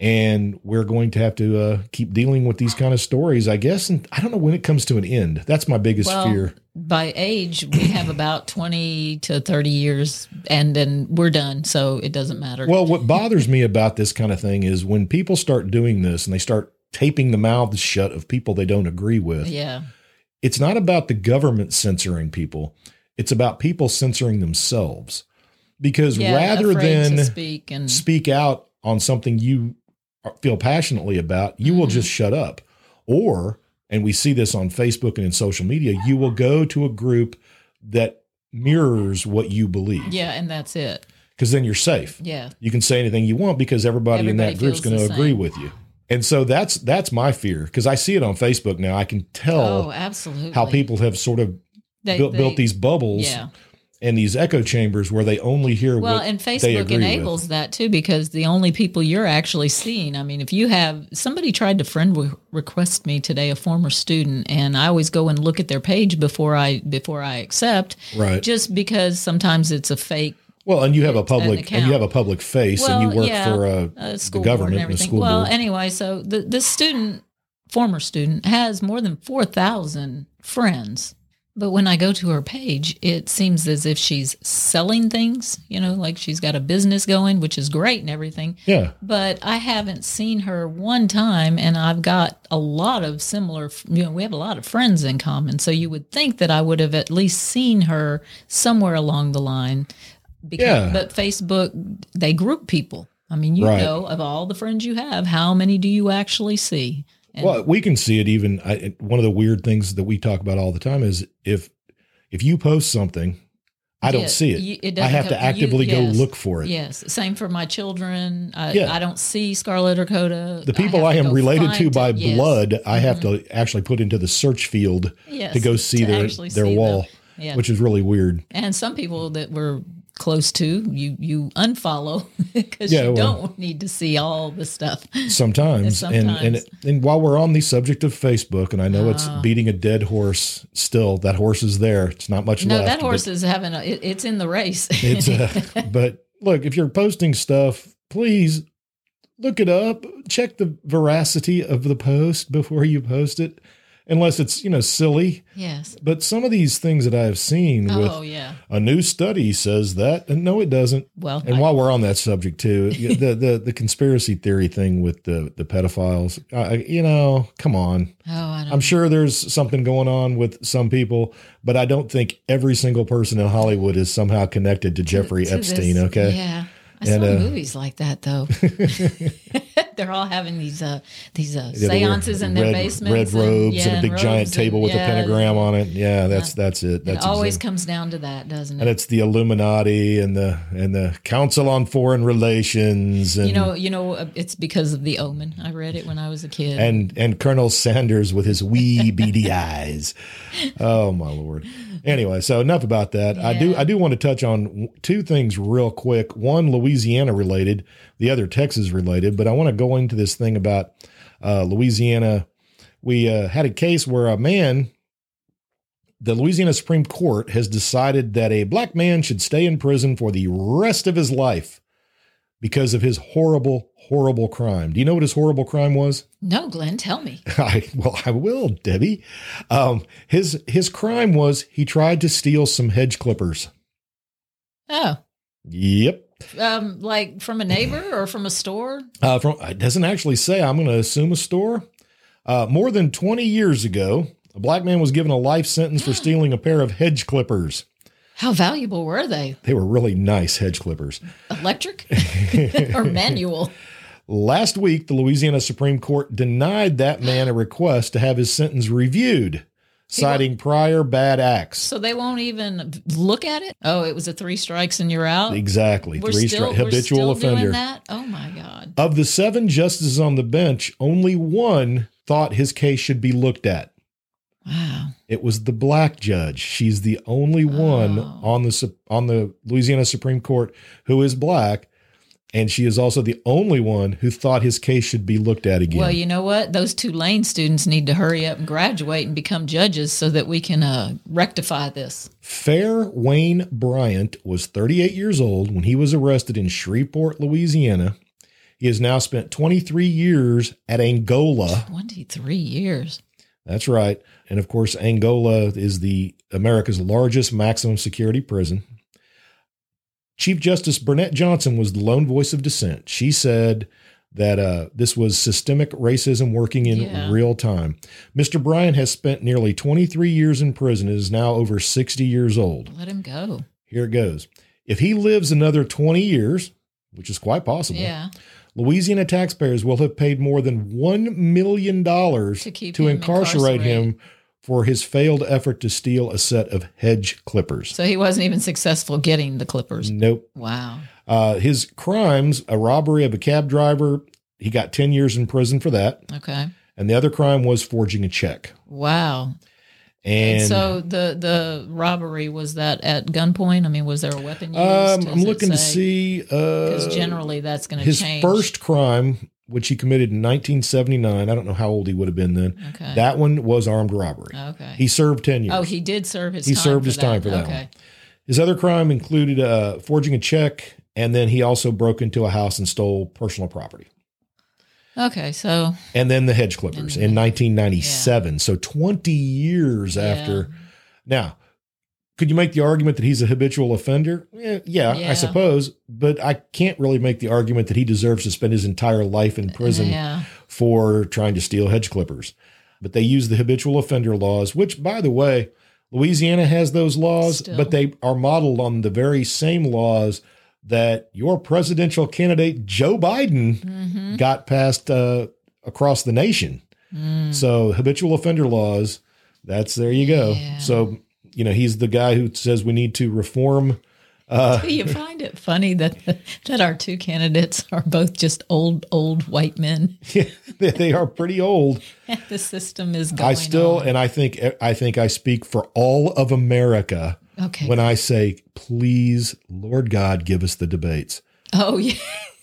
Speaker 2: and we're going to have to uh, keep dealing with these kind of stories, I guess. And I don't know when it comes to an end. That's my biggest
Speaker 3: Well,
Speaker 2: fear.
Speaker 3: By age, we have about twenty to thirty years, and then we're done. So it doesn't matter.
Speaker 2: Well, what bothers me about this kind of thing is when people start doing this and they start taping the mouths shut of people they don't agree with.
Speaker 3: yeah,
Speaker 2: it's not about the government censoring people it's about people censoring themselves because
Speaker 3: yeah.
Speaker 2: rather
Speaker 3: afraid
Speaker 2: than
Speaker 3: to
Speaker 2: speak.
Speaker 3: speak and
Speaker 2: out on something you feel passionately about you will
Speaker 3: Mhm.
Speaker 2: just shut up or and we see this on facebook and in social media you will go to a group that mirrors what you believe
Speaker 3: yeah, and that's it.
Speaker 2: because then you're safe
Speaker 3: Yeah,
Speaker 2: you can say anything you want because everybody, in that
Speaker 3: Everybody
Speaker 2: group's
Speaker 3: feels
Speaker 2: going to
Speaker 3: the
Speaker 2: agree
Speaker 3: same.
Speaker 2: with you and so that's that's my fear because i see it on facebook now i can
Speaker 3: oh,
Speaker 2: tell
Speaker 3: absolutely.
Speaker 2: how people have sort of
Speaker 3: They-
Speaker 2: built, built
Speaker 3: they-
Speaker 2: these bubbles
Speaker 3: Yeah.
Speaker 2: and these echo chambers where they only hear
Speaker 3: Well,
Speaker 2: what
Speaker 3: and
Speaker 2: they
Speaker 3: Facebook
Speaker 2: agree
Speaker 3: enables
Speaker 2: with.
Speaker 3: that too because the only people you're actually seeing, I mean, if you have somebody tried to friend re- request me today, a former student, and I always go and look at their page before I before I accept,
Speaker 2: Right.
Speaker 3: just because sometimes it's a fake
Speaker 2: Well, and you have a public
Speaker 3: account.
Speaker 2: and you have a public face and you
Speaker 3: Well,
Speaker 2: work
Speaker 3: yeah,
Speaker 2: for uh,
Speaker 3: uh,
Speaker 2: the
Speaker 3: school board
Speaker 2: government and
Speaker 3: and
Speaker 2: the
Speaker 3: everything.
Speaker 2: school
Speaker 3: well,
Speaker 2: board.
Speaker 3: anyway, so the this student, former student, has more than four thousand friends. But when I go to her page, it seems as if she's selling things, you know, like she's got a business going, which is great and everything.
Speaker 2: yeah.
Speaker 3: But I haven't seen her one time, and I've got a lot of similar, you know, we have a lot of friends in common. So you would think that I would have at least seen her somewhere along the line. Because,
Speaker 2: Yeah.
Speaker 3: But Facebook, they group people. I mean, you
Speaker 2: Right.
Speaker 3: know, of all the friends you have, how many do you actually see? And
Speaker 2: Well, we can see it even I, it- one of the weird things that we talk about all the time is if if you post something, I don't
Speaker 3: it-
Speaker 2: see it.
Speaker 3: you- it
Speaker 2: I
Speaker 3: doesn't
Speaker 2: have
Speaker 3: come-
Speaker 2: to actively
Speaker 3: you-
Speaker 2: go
Speaker 3: yes.
Speaker 2: look for it.
Speaker 3: Yes. Same for my children. I,
Speaker 2: Yeah.
Speaker 3: I don't see Scarlett or Coda.
Speaker 2: The people I,
Speaker 3: have
Speaker 2: am
Speaker 3: go
Speaker 2: related
Speaker 3: find
Speaker 2: to
Speaker 3: it.
Speaker 2: by
Speaker 3: Yes. Mm-hmm.
Speaker 2: blood, I have to actually put into the search field
Speaker 3: Yes.
Speaker 2: to go see
Speaker 3: To
Speaker 2: their
Speaker 3: actually
Speaker 2: their
Speaker 3: see them.
Speaker 2: wall,
Speaker 3: Yeah.
Speaker 2: which is really weird.
Speaker 3: and some people that we're close to you you unfollow because
Speaker 2: Yeah,
Speaker 3: you
Speaker 2: well-
Speaker 3: don't need to see all the stuff
Speaker 2: sometimes, And, and
Speaker 3: Sometimes. Ah.
Speaker 2: and while we're on the subject of facebook and i know it's beating a dead horse still that horse is there it's not much
Speaker 3: no
Speaker 2: left
Speaker 3: that horse
Speaker 2: but
Speaker 3: is having a it, it's in the race
Speaker 2: it's uh, but look if you're posting stuff please look it up check the veracity of the post before you post it unless it's you know silly
Speaker 3: yes
Speaker 2: but some of these things that i have seen
Speaker 3: oh
Speaker 2: with
Speaker 3: yeah
Speaker 2: a new study says that and no it doesn't
Speaker 3: well
Speaker 2: and
Speaker 3: I-
Speaker 2: while we're on that subject too, the the the conspiracy theory thing with the the pedophiles, I, I- you know, come on.
Speaker 3: oh i don't
Speaker 2: I'm sure there's something going on with some people, but I don't think every single person in Hollywood is somehow connected to Jeffrey
Speaker 3: to this-
Speaker 2: Epstein. okay,
Speaker 3: yeah i
Speaker 2: And,
Speaker 3: saw
Speaker 2: uh,
Speaker 3: movies like that though they're all having these uh these uh
Speaker 2: Yeah, they wear
Speaker 3: seances in their
Speaker 2: red,
Speaker 3: basements
Speaker 2: red robes,
Speaker 3: yeah,
Speaker 2: and, a big
Speaker 3: robes
Speaker 2: giant
Speaker 3: and-
Speaker 2: table with
Speaker 3: yeah,
Speaker 2: a pentagram on it. Yeah, that's that's it.
Speaker 3: it
Speaker 2: That's
Speaker 3: always
Speaker 2: exactly-
Speaker 3: comes down to that doesn't it
Speaker 2: and it's the Illuminati and the and the Council on Foreign Relations and
Speaker 3: you know you know uh, it's because of the omen i read it when i was a kid
Speaker 2: and and Colonel Sanders with his wee beady eyes. Oh my lord! Anyway, so enough about that. I do
Speaker 3: Yeah.
Speaker 2: I do want to touch on w- two things real quick. One Louisiana related, the other Texas related. But I want to go into this thing about uh, Louisiana. We uh, had a case where a man. The Louisiana Supreme Court has decided that a black man should stay in prison for the rest of his life because of his horrible, horrible crime. Do you know what his horrible crime was?
Speaker 3: no glenn tell me
Speaker 2: I, well, I will, Debbie. Um, his his crime was he tried to steal some hedge clippers.
Speaker 3: oh
Speaker 2: Yep.
Speaker 3: um, like from a neighbor or from a store?
Speaker 2: Uh, from it doesn't actually say. I'm going to assume a store. Uh, more than 20 years ago, a black man was given a life sentence for stealing a pair of hedge clippers.
Speaker 3: How valuable were they?
Speaker 2: They were really nice hedge clippers.
Speaker 3: Electric or manual?
Speaker 2: Last week, the Louisiana Supreme Court denied that man a request to have his sentence reviewed, citing prior bad acts.
Speaker 3: So they won't even look at it. Oh, it was a three strikes and you're out.
Speaker 2: Exactly.
Speaker 3: We're
Speaker 2: Three
Speaker 3: still
Speaker 2: stri-
Speaker 3: we're still
Speaker 2: habitual offender.
Speaker 3: Doing that? Oh my god.
Speaker 2: Of the seven justices on the bench, only one thought his case should be looked at.
Speaker 3: Wow.
Speaker 2: It was the black judge. She's the only one
Speaker 3: Oh.
Speaker 2: on the Sup- on the Louisiana Supreme Court who is black, and she is also the only one who thought his case should be looked at again.
Speaker 3: Well, you know what? Those Tulane students need to hurry up and graduate and become judges so that we can uh, rectify this.
Speaker 2: Fair Wayne Bryant was 38 years old when he was arrested in Shreveport, Louisiana. He has now spent 23 years at Angola.
Speaker 3: Twenty-three years.
Speaker 2: That's right. And of course, Angola is the America's largest maximum security prison. Chief Justice Burnett Johnson was the lone voice of dissent. She said that uh, this was systemic racism working in
Speaker 3: Yeah.
Speaker 2: real time. Mr. Bryan has spent nearly 23 years in prison and is now over 60 years old.
Speaker 3: Let him go.
Speaker 2: Here it goes. If he lives another 20 years, which is quite possible,
Speaker 3: Yeah.
Speaker 2: Louisiana taxpayers will have paid more than $1 million
Speaker 3: To
Speaker 2: to,
Speaker 3: keep him
Speaker 2: incarcerate
Speaker 3: incarcerated.
Speaker 2: him for his failed effort to steal a set of hedge clippers.
Speaker 3: So he wasn't even successful getting the Clippers.
Speaker 2: Nope.
Speaker 3: Wow.
Speaker 2: Uh, his crimes a robbery of a cab driver, he got 10 years in prison for that.
Speaker 3: Okay.
Speaker 2: And the other crime was forging a check.
Speaker 3: Wow.
Speaker 2: And,
Speaker 3: And so the the robbery was that at gunpoint? I mean, was there a weapon used?
Speaker 2: um,
Speaker 3: Does
Speaker 2: I'm
Speaker 3: it
Speaker 2: looking to
Speaker 3: say?
Speaker 2: see. Uh,
Speaker 3: because generally that's going to
Speaker 2: his
Speaker 3: change.
Speaker 2: first crime, which he committed in 1979, I don't know how old he would have been then.
Speaker 3: okay.
Speaker 2: That one was armed robbery.
Speaker 3: Uh, okay.
Speaker 2: He served 10 years.
Speaker 3: oh, he did serve his.
Speaker 2: He
Speaker 3: time
Speaker 2: served
Speaker 3: for
Speaker 2: his
Speaker 3: that.
Speaker 2: time for that
Speaker 3: Okay.
Speaker 2: one. His other crime included uh, forging a check, and then he also broke into a house and stole personal property.
Speaker 3: Okay. So
Speaker 2: And then the hedge clippers in 1997. So 20 years after. Now, could you make the argument that he's a habitual offender? Eh, yeah,
Speaker 3: Yeah.
Speaker 2: I suppose, but I can't really make the argument that he deserves to spend his entire life in prison
Speaker 3: Yeah.
Speaker 2: for trying to steal hedge clippers. But they use the habitual offender laws, which, by the way, Louisiana has those laws,
Speaker 3: Still.
Speaker 2: but they are modeled on the very same laws that your presidential candidate, Joe Biden,
Speaker 3: Mm-hmm.
Speaker 2: got passed uh, across the nation.
Speaker 3: Mm.
Speaker 2: So, habitual offender laws, that's there you go.
Speaker 3: Yeah.
Speaker 2: So, you know, he's the guy who says we need to reform. Uh,
Speaker 3: Do you find it funny that that our two candidates are both just old old white men?
Speaker 2: they they are pretty old.
Speaker 3: the system is going.
Speaker 2: I still,
Speaker 3: on.
Speaker 2: and I think, I think I speak for all of America
Speaker 3: okay.
Speaker 2: when I say, please, Lord God, give us the debates.
Speaker 3: oh yeah.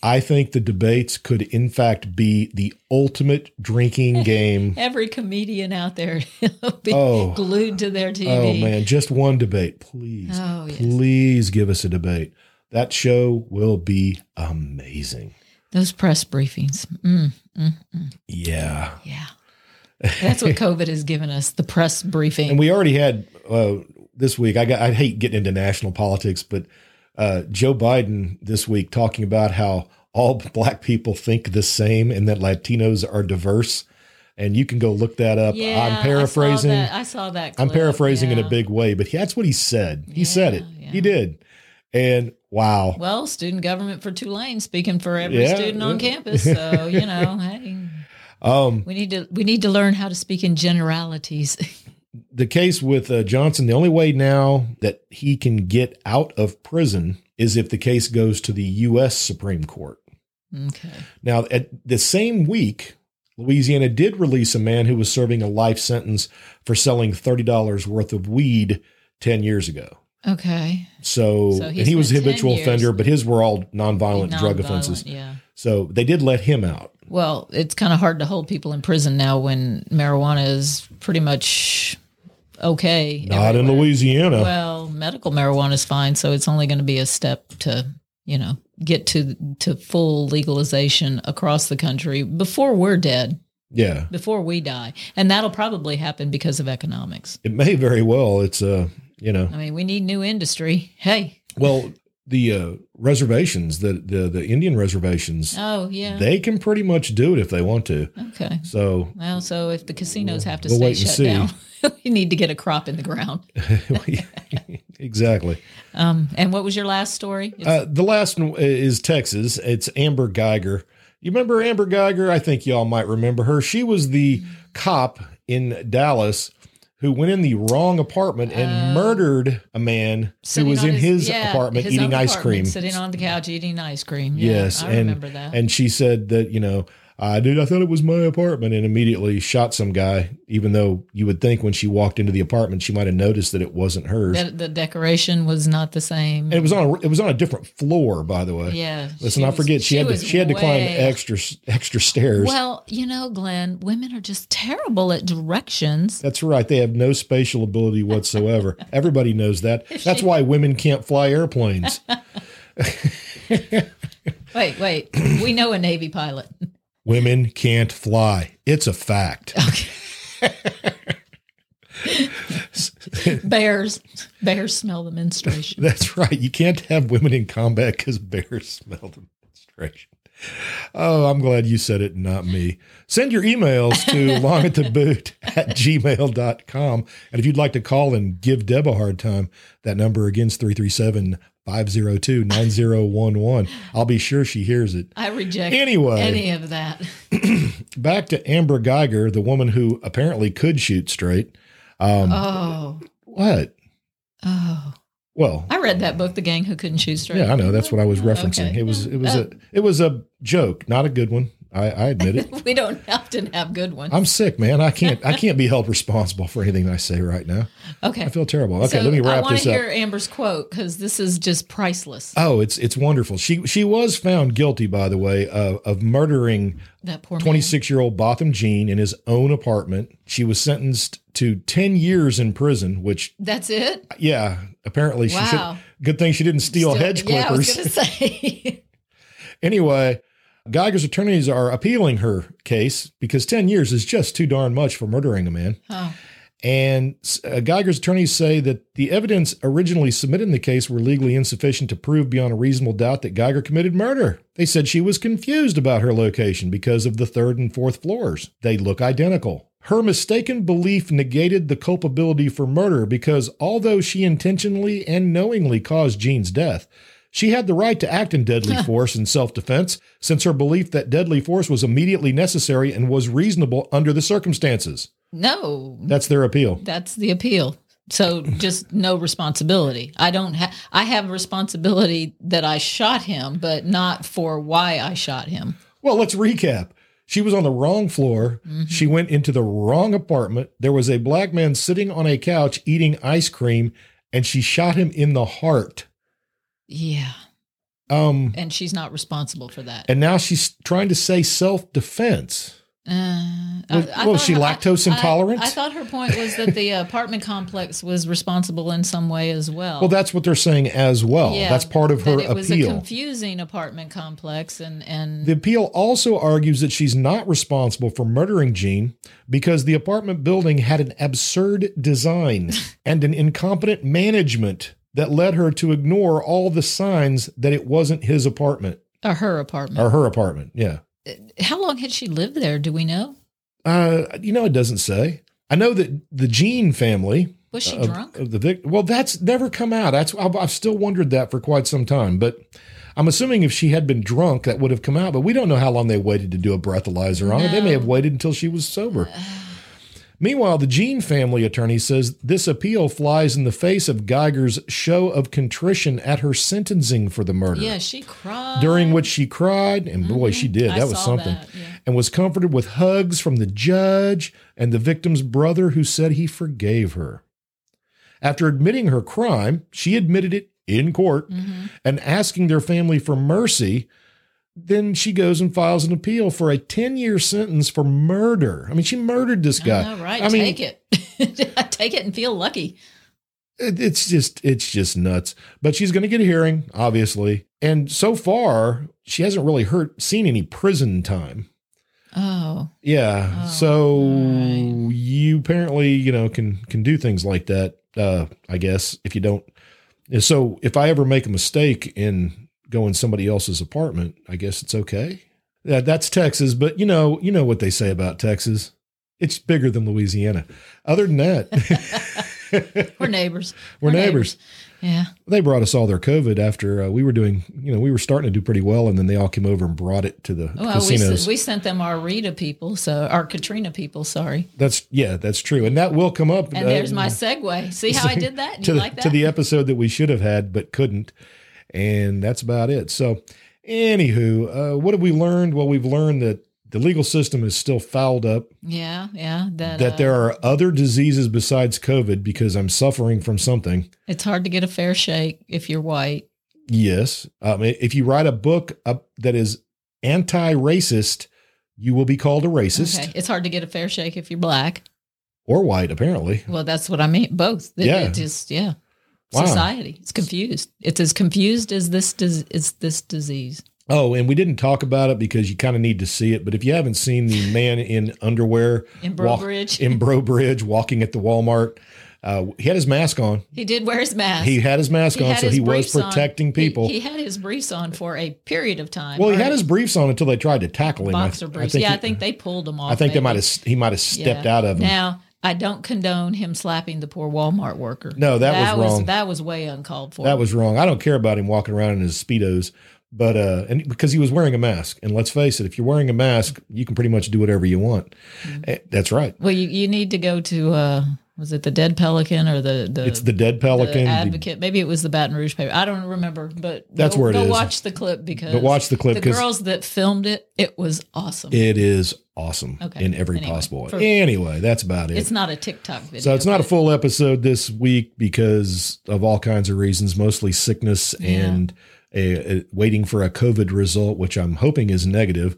Speaker 2: I think the debates could, in fact, be the ultimate drinking game.
Speaker 3: Every comedian out there will be
Speaker 2: Oh.
Speaker 3: glued to their TV.
Speaker 2: oh, man. Just one debate. Please,
Speaker 3: Oh, yes.
Speaker 2: please give us a debate. That show will be amazing.
Speaker 3: Those press briefings. Mm, mm,
Speaker 2: Yeah.
Speaker 3: yeah. That's what COVID has given us the press briefing.
Speaker 2: And we already had uh, this week. I got. I hate getting into national politics, but uh, Joe Biden this week talking about how all black people think the same and that Latinos are diverse. And you can go look that up.
Speaker 3: yeah,
Speaker 2: I'm paraphrasing.
Speaker 3: I saw that. I saw that
Speaker 2: I'm
Speaker 3: clip,
Speaker 2: paraphrasing in
Speaker 3: yeah.
Speaker 2: a big way, but he, that's what he said. He said it.
Speaker 3: Yeah, yeah.
Speaker 2: He did. And wow,
Speaker 3: Well, student government for Tulane, speaking for every
Speaker 2: Yeah,
Speaker 3: student on
Speaker 2: yeah.
Speaker 3: campus. So you know, hey,
Speaker 2: um,
Speaker 3: we need to we need to learn how to speak in generalities.
Speaker 2: the case with uh, Johnson, the only way now that he can get out of prison is if the case goes to the U.S. Supreme Court.
Speaker 3: okay.
Speaker 2: Now, at the same week, Louisiana did release a man who was serving a life sentence for selling thirty dollars worth of weed ten years ago.
Speaker 3: Okay.
Speaker 2: So,
Speaker 3: So he
Speaker 2: and he was a
Speaker 3: spent 10
Speaker 2: habitual
Speaker 3: years.
Speaker 2: offender, but his were all nonviolent drug
Speaker 3: Nonviolent,
Speaker 2: offenses.
Speaker 3: Yeah.
Speaker 2: So they did let him out.
Speaker 3: Well, it's kind of hard to hold people in prison now when marijuana is pretty much okay.
Speaker 2: Not in
Speaker 3: everywhere.
Speaker 2: Louisiana.
Speaker 3: Well, medical marijuana is fine, so it's only going to be a step to you know get to to full legalization across the country before we're dead,
Speaker 2: yeah,
Speaker 3: before we die, and that'll probably happen because of economics.
Speaker 2: it may very well. It's uh, you know,
Speaker 3: I mean, we need new industry. Hey,
Speaker 2: well, the uh, reservations, the, the the Indian reservations,
Speaker 3: Oh, yeah.
Speaker 2: they can pretty much do it if they want to.
Speaker 3: okay.
Speaker 2: So
Speaker 3: Well, so if the casinos have to
Speaker 2: We'll
Speaker 3: stay
Speaker 2: wait and
Speaker 3: shut
Speaker 2: see.
Speaker 3: down, we need to get a crop in the ground.
Speaker 2: exactly.
Speaker 3: Um, and what was your last story? It's-
Speaker 2: Uh, the last one is Texas. It's Amber Geiger. You remember Amber Geiger? I think y'all might remember her. She was the cop in Dallas who went in the wrong apartment and murdered a man who
Speaker 3: Oh. sitting
Speaker 2: was
Speaker 3: on
Speaker 2: in his,
Speaker 3: yeah,
Speaker 2: apartment
Speaker 3: his
Speaker 2: eating
Speaker 3: own
Speaker 2: ice
Speaker 3: apartment,
Speaker 2: cream.
Speaker 3: Sitting on the couch eating ice cream. Yeah,
Speaker 2: yes,
Speaker 3: I
Speaker 2: and
Speaker 3: remember that.
Speaker 2: and she said that you know. I did. I thought it was my apartment, and immediately shot some guy. Even though you would think when she walked into the apartment, she might have noticed that it wasn't hers.
Speaker 3: That- the decoration was not the same.
Speaker 2: and it was on. A, it was on a different floor, by the way.
Speaker 3: yeah.
Speaker 2: Let's
Speaker 3: she
Speaker 2: not
Speaker 3: was-
Speaker 2: forget she, had to
Speaker 3: was
Speaker 2: she had to climb
Speaker 3: way-
Speaker 2: extra extra stairs.
Speaker 3: Well, you know, Glenn, women are just terrible at directions.
Speaker 2: That's right. They have no spatial ability whatsoever. Everybody knows that. That's why women can't fly airplanes.
Speaker 3: Wait, wait. we know a Navy pilot.
Speaker 2: women can't fly. It's a fact.
Speaker 3: Bears, bears smell the menstruation.
Speaker 2: That's right. You can't have women in combat because bears smell the menstruation. Oh, I'm glad you said it, not me. Send your emails to long at the boot at gmail.com. And if you'd like to call and give Deb a hard time, that number again is 337 502 9011. I'll be sure she hears it.
Speaker 3: I reject
Speaker 2: Anyway,
Speaker 3: any of that.
Speaker 2: back to Amber Geiger, the woman who apparently could shoot straight. Um,
Speaker 3: Oh,
Speaker 2: what?
Speaker 3: oh.
Speaker 2: Well,
Speaker 3: I read that book, The Gang Who Couldn't Shoot Straight.
Speaker 2: Yeah, I know. That's what I was referencing.
Speaker 3: Mm-hmm. Okay.
Speaker 2: It was it was a it was a joke, not a good one. I, I admit it.
Speaker 3: we don't often have good ones.
Speaker 2: I'm sick, man. I can't I can't be held responsible for anything I say right now.
Speaker 3: okay.
Speaker 2: I feel terrible. Okay,
Speaker 3: So
Speaker 2: let me wrap
Speaker 3: I wanna
Speaker 2: this up.
Speaker 3: hear Amber's quote because this is just priceless.
Speaker 2: Oh, it's it's wonderful. She she was found guilty, by the way, of of murdering
Speaker 3: that poor man.
Speaker 2: 26 year old Botham Jean in his own apartment. She was sentenced to 10 years in prison, which
Speaker 3: That's it.
Speaker 2: yeah, apparently she
Speaker 3: Wow.
Speaker 2: should. Good thing she didn't steal
Speaker 3: Still-
Speaker 2: hedge
Speaker 3: Yeah, I was
Speaker 2: clippers.
Speaker 3: going to say.
Speaker 2: Anyway, Geiger's attorneys are appealing her case because 10 years is just too darn much for murdering a man.
Speaker 3: oh,
Speaker 2: And uh, Geiger's attorneys say that the evidence originally submitted in the case were legally insufficient to prove beyond a reasonable doubt that Geiger committed murder. They said she was confused about her location because of the third and fourth floors. They look identical. Her mistaken belief negated the culpability for murder because although she intentionally and knowingly caused Jean's death, she had the right to act in deadly force in self defense since her belief that deadly force was immediately necessary and was reasonable under the circumstances.
Speaker 3: no,
Speaker 2: That's their appeal.
Speaker 3: that's the appeal. So just no responsibility. I don't have. I have responsibility that I shot him, but not for why I shot him.
Speaker 2: Well, let's recap. She was on the wrong floor.
Speaker 3: Mm-hmm.
Speaker 2: She went into the wrong apartment. There was a black man sitting on a couch eating ice cream, and she shot him in the heart.
Speaker 3: Yeah,
Speaker 2: Um,
Speaker 3: and she's not responsible for that.
Speaker 2: and now she's trying to say self defense.
Speaker 3: Uh,
Speaker 2: Was-
Speaker 3: I- I
Speaker 2: was
Speaker 3: thought
Speaker 2: she lactose
Speaker 3: I-
Speaker 2: intolerant?
Speaker 3: I, I thought her point was that the apartment complex was responsible in some way as well.
Speaker 2: Well, that's what they're saying as well.
Speaker 3: Yeah,
Speaker 2: that's part of her
Speaker 3: that it was a
Speaker 2: appeal.
Speaker 3: confusing apartment complex, and and
Speaker 2: The appeal also argues that she's not responsible for murdering Jean because the apartment building had an absurd design and an incompetent management that led her to ignore all the signs that it wasn't his apartment
Speaker 3: or her apartment.
Speaker 2: or her apartment. Yeah.
Speaker 3: How long had she lived there? Do we know?
Speaker 2: Uh, you know, it doesn't say. I know that the Jean family
Speaker 3: Was she
Speaker 2: of,
Speaker 3: drunk?
Speaker 2: of the victim. Well, that's never come out. That's I've, I've still wondered that for quite some time. But I'm assuming if she had been drunk, that would have come out. But we don't know how long they waited to do a breathalyzer on her. They may have waited until she was sober. Meanwhile, the Jean family attorney says this appeal flies in the face of Geiger's show of contrition at her sentencing for the murder
Speaker 3: yeah, she cried
Speaker 2: during which she cried, and boy, she did.
Speaker 3: Mm-hmm. I
Speaker 2: That was
Speaker 3: saw
Speaker 2: something.
Speaker 3: that, yeah.
Speaker 2: And was comforted with hugs from the judge and the victim's brother, who said he forgave her. After admitting her crime, she admitted it in court
Speaker 3: Mm-hmm.
Speaker 2: and asking their family for mercy. Then she goes and files an appeal for a 10 year sentence for murder. I mean, she murdered this guy.
Speaker 3: All right,
Speaker 2: I mean,
Speaker 3: take it, take it, and feel lucky.
Speaker 2: it- it's just it's just nuts but she's going to get a hearing obviously and so far she hasn't really hurt seen any prison time
Speaker 3: Oh,
Speaker 2: yeah
Speaker 3: Oh,
Speaker 2: so
Speaker 3: all
Speaker 2: you apparently you know can can do things like that uh i guess if you don't And so if I ever make a mistake in going somebody else's apartment, I guess it's okay. That, that's Texas, but you know, you know what they say about Texas. It's bigger than Louisiana. Other than that,
Speaker 3: We're neighbors.
Speaker 2: we're neighbors.
Speaker 3: Yeah.
Speaker 2: They brought us all their COVID after uh, we were doing, you know, we were starting to do pretty well, and then they all came over and brought it to the
Speaker 3: Oh, Well, we,
Speaker 2: casinos.
Speaker 3: s- we sent them our Rita people, so our Katrina people. Sorry.
Speaker 2: that's yeah, that's true, and that will come up.
Speaker 3: And
Speaker 2: uh,
Speaker 3: there's my segue. See how I did that?
Speaker 2: to
Speaker 3: You
Speaker 2: the,
Speaker 3: like that?
Speaker 2: to the episode that we should have had but couldn't, and that's about it. So, anywho, uh, what have we learned? Well, we've learned that the legal system is still fouled up.
Speaker 3: yeah, yeah. That,
Speaker 2: That
Speaker 3: uh,
Speaker 2: there are other diseases besides COVID because I'm suffering from something.
Speaker 3: uh, It's hard to get a fair shake if you're white.
Speaker 2: Yes. Um, i- if you write a book up that is anti racist, you will be called a racist
Speaker 3: Okay. It's hard to get a fair shake if you're black.
Speaker 2: or white, apparently.
Speaker 3: Well, that's what I mean. Both. It-
Speaker 2: Yeah.
Speaker 3: It just yeah.
Speaker 2: Wow.
Speaker 3: Society. It's confused. It's as confused as this dis- is this disease.
Speaker 2: Oh, and we didn't talk about it because you kind of need to see it. But if you haven't seen the man in underwear
Speaker 3: In
Speaker 2: walk-
Speaker 3: Brobridge,
Speaker 2: in Brobridge walking at the Walmart, uh, he had his mask on.
Speaker 3: he did wear his mask.
Speaker 2: He had his mask
Speaker 3: He
Speaker 2: on,
Speaker 3: had
Speaker 2: so
Speaker 3: his
Speaker 2: he was
Speaker 3: briefs on.
Speaker 2: protecting people.
Speaker 3: He, he had his briefs on for a period of time.
Speaker 2: well, he
Speaker 3: or
Speaker 2: had his briefs on until they tried to tackle him. I-
Speaker 3: boxer briefs. yeah,
Speaker 2: he-
Speaker 3: I think they pulled him off.
Speaker 2: I think they
Speaker 3: maybe.
Speaker 2: might have. He might have stepped
Speaker 3: Yeah.
Speaker 2: out of him.
Speaker 3: Now, I don't condone him slapping the poor Walmart worker.
Speaker 2: No, that was wrong.
Speaker 3: That was way uncalled for.
Speaker 2: That was wrong. I don't care about him walking around in his speedos, but uh, and because he was wearing a mask, and let's face it, if you're wearing a mask, you can pretty much do whatever you want.
Speaker 3: Mm-hmm.
Speaker 2: Eh, That's right.
Speaker 3: well. You, you need to go to uh, was it the Dead Pelican or the the,
Speaker 2: It's the dead
Speaker 3: the
Speaker 2: pelican. the-
Speaker 3: Advocate? Maybe it was the Baton Rouge paper. I don't remember, but
Speaker 2: That's
Speaker 3: go,
Speaker 2: where it
Speaker 3: go
Speaker 2: is.
Speaker 3: watch the clip because
Speaker 2: but watch the clip
Speaker 3: the
Speaker 2: because
Speaker 3: girls that filmed it. It was awesome.
Speaker 2: it is awesome
Speaker 3: Okay.
Speaker 2: in every
Speaker 3: Anyway,
Speaker 2: possible way.
Speaker 3: for-
Speaker 2: anyway, that's about it.
Speaker 3: it's not a TikTok video.
Speaker 2: so it's not a
Speaker 3: but-
Speaker 2: full episode this week because of all kinds of reasons, mostly sickness
Speaker 3: Yeah.
Speaker 2: and a, a- waiting for a COVID result, which I'm hoping is negative.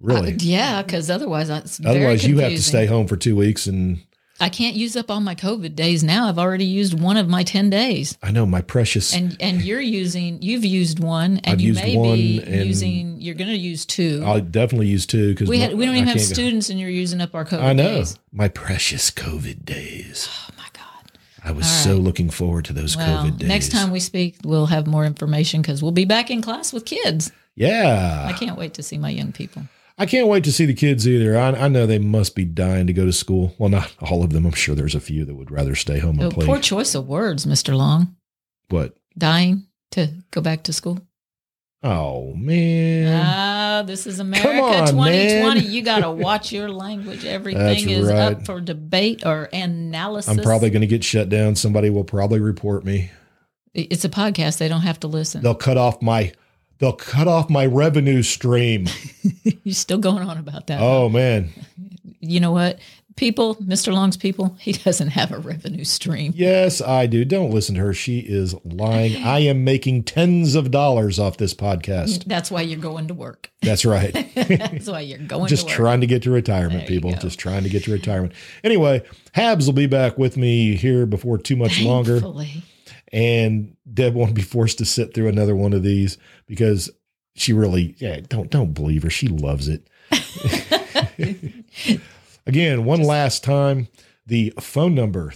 Speaker 2: Really.
Speaker 3: I- yeah, because otherwise, that's Uh, very
Speaker 2: Otherwise, you have to
Speaker 3: confusing.
Speaker 2: stay home for two weeks and
Speaker 3: I can't use up all my COVID days now. I've already used one of my ten days,
Speaker 2: I know my precious.
Speaker 3: and and you're using you've used one, and
Speaker 2: I've
Speaker 3: you
Speaker 2: used
Speaker 3: may
Speaker 2: one
Speaker 3: be
Speaker 2: and-
Speaker 3: using you're going to use two.
Speaker 2: I'll definitely use two because
Speaker 3: we had we don't even have students, and you're using up our COVID.
Speaker 2: I know
Speaker 3: Days.
Speaker 2: my precious COVID days.
Speaker 3: Oh my god!
Speaker 2: I was
Speaker 3: All
Speaker 2: so
Speaker 3: right.
Speaker 2: looking forward to those
Speaker 3: Well,
Speaker 2: COVID days.
Speaker 3: next time we speak, we'll have more information because we'll be back in class with kids.
Speaker 2: yeah,
Speaker 3: I can't wait to see my young people.
Speaker 2: I can't wait to see the kids either. I, I know they must be dying to go to school. Well, not all of them. I'm sure there's a few that would rather stay home and
Speaker 3: Oh,
Speaker 2: play.
Speaker 3: poor choice of words, Mister Long.
Speaker 2: what?
Speaker 3: Dying to go back to school.
Speaker 2: Oh man,
Speaker 3: Ah, this is America
Speaker 2: on,
Speaker 3: 2020.
Speaker 2: man.
Speaker 3: You got to watch your language. Everything
Speaker 2: That's
Speaker 3: is
Speaker 2: right.
Speaker 3: up for debate or analysis.
Speaker 2: I'm probably going to get shut down. Somebody will probably report me.
Speaker 3: It's a podcast. They don't have to listen.
Speaker 2: They'll cut off my. They'll cut off my revenue stream.
Speaker 3: You're still going on about that.
Speaker 2: oh man,
Speaker 3: You know what? People, Mr. Long's people, he doesn't have a revenue stream.
Speaker 2: Yes, I do. Don't listen to her. She is lying. I am making tens of dollars off this podcast.
Speaker 3: That's why you're going to work.
Speaker 2: That's right.
Speaker 3: That's why you're going
Speaker 2: Just
Speaker 3: to work.
Speaker 2: trying to get to retirement,
Speaker 3: There you
Speaker 2: people.
Speaker 3: go.
Speaker 2: Just trying to get to retirement. Anyway, Habs will be back with me here before too much longer.
Speaker 3: Thankfully.
Speaker 2: And Deb won't be forced to sit through another one of these because she really, yeah, don't don't believe her. She loves it. Again, one last time, the phone number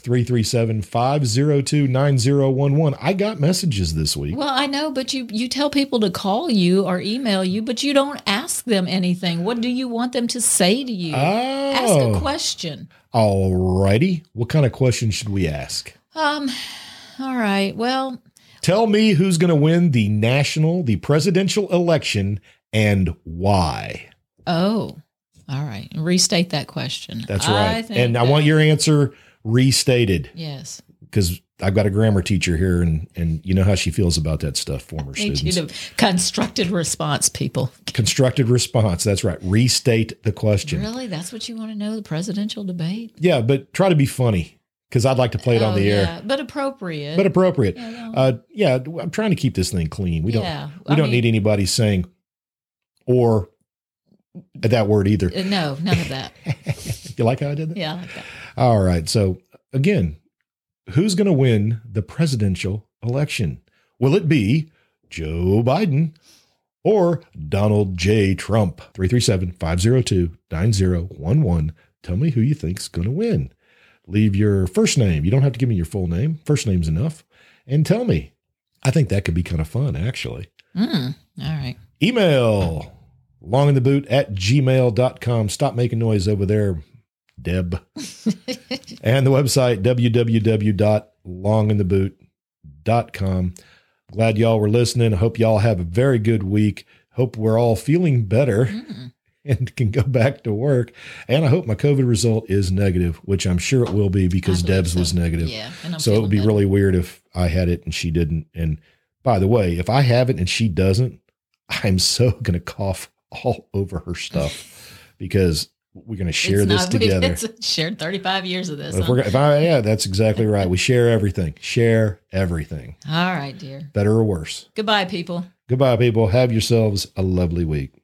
Speaker 2: 337-502-9011. I got messages this week.
Speaker 3: Well, I know, but you you tell people to call you or email you, but you don't ask them anything. What do you want them to say to you? Ask a
Speaker 2: Oh,
Speaker 3: question.
Speaker 2: all righty. What kind of question should we ask?
Speaker 3: Um. All right. Well,
Speaker 2: Tell me who's going to win the national, the presidential election and why.
Speaker 3: oh, all right. Restate that question.
Speaker 2: That's
Speaker 3: I
Speaker 2: right.
Speaker 3: think
Speaker 2: And I
Speaker 3: that-
Speaker 2: want your answer restated
Speaker 3: Yes.
Speaker 2: because I've got a grammar teacher here and, and you know how she feels about that stuff, former
Speaker 3: Need
Speaker 2: students.
Speaker 3: you to constructed response, people.
Speaker 2: Constructed response. That's right. Restate the question.
Speaker 3: Really? That's what you want to know? The presidential debate?
Speaker 2: Yeah, but try to be funny because I'd like to play it on
Speaker 3: Oh,
Speaker 2: the air,
Speaker 3: yeah, but appropriate.
Speaker 2: but appropriate.
Speaker 3: Yeah, well,
Speaker 2: Uh, yeah, I'm trying to keep this thing clean. We don't.
Speaker 3: yeah.
Speaker 2: We
Speaker 3: I
Speaker 2: don't
Speaker 3: mean,
Speaker 2: need anybody saying or that word either.
Speaker 3: uh, No, none of that.
Speaker 2: you like how I did that?
Speaker 3: Yeah, I like that.
Speaker 2: All right. So again, who's going to win the presidential election? Will it be Joe Biden or Donald J. Trump? 337-502-9011. Tell me who you think's going to win. Leave your first name. You don't have to give me your full name. First name's enough. and tell me. I think that could be kind of fun, actually.
Speaker 3: Mm, all right.
Speaker 2: Email longintheboot at gmail.com. Stop making noise over there, Deb. and the website, www.longintheboot.com. Glad y'all were listening. I hope y'all have a very good week. Hope we're all feeling better
Speaker 3: Mm.
Speaker 2: and can go back to work. And I hope my COVID result is negative, which I'm sure it will be because
Speaker 3: I believe
Speaker 2: Deb's was
Speaker 3: so.
Speaker 2: negative.
Speaker 3: Yeah. And I'm
Speaker 2: so it would
Speaker 3: feeling
Speaker 2: be
Speaker 3: better.
Speaker 2: really weird if I had it and she didn't. And by the way, if I have it and she doesn't, I'm so going to cough all over her stuff because we're going to share
Speaker 3: It's
Speaker 2: this
Speaker 3: not-
Speaker 2: together.
Speaker 3: It's shared 35 years of this.
Speaker 2: If
Speaker 3: huh?
Speaker 2: we're, if I, yeah, that's exactly right. We share everything. Share everything,
Speaker 3: All right, dear.
Speaker 2: better or worse.
Speaker 3: Goodbye, people.
Speaker 2: Goodbye, people. Have yourselves a lovely week.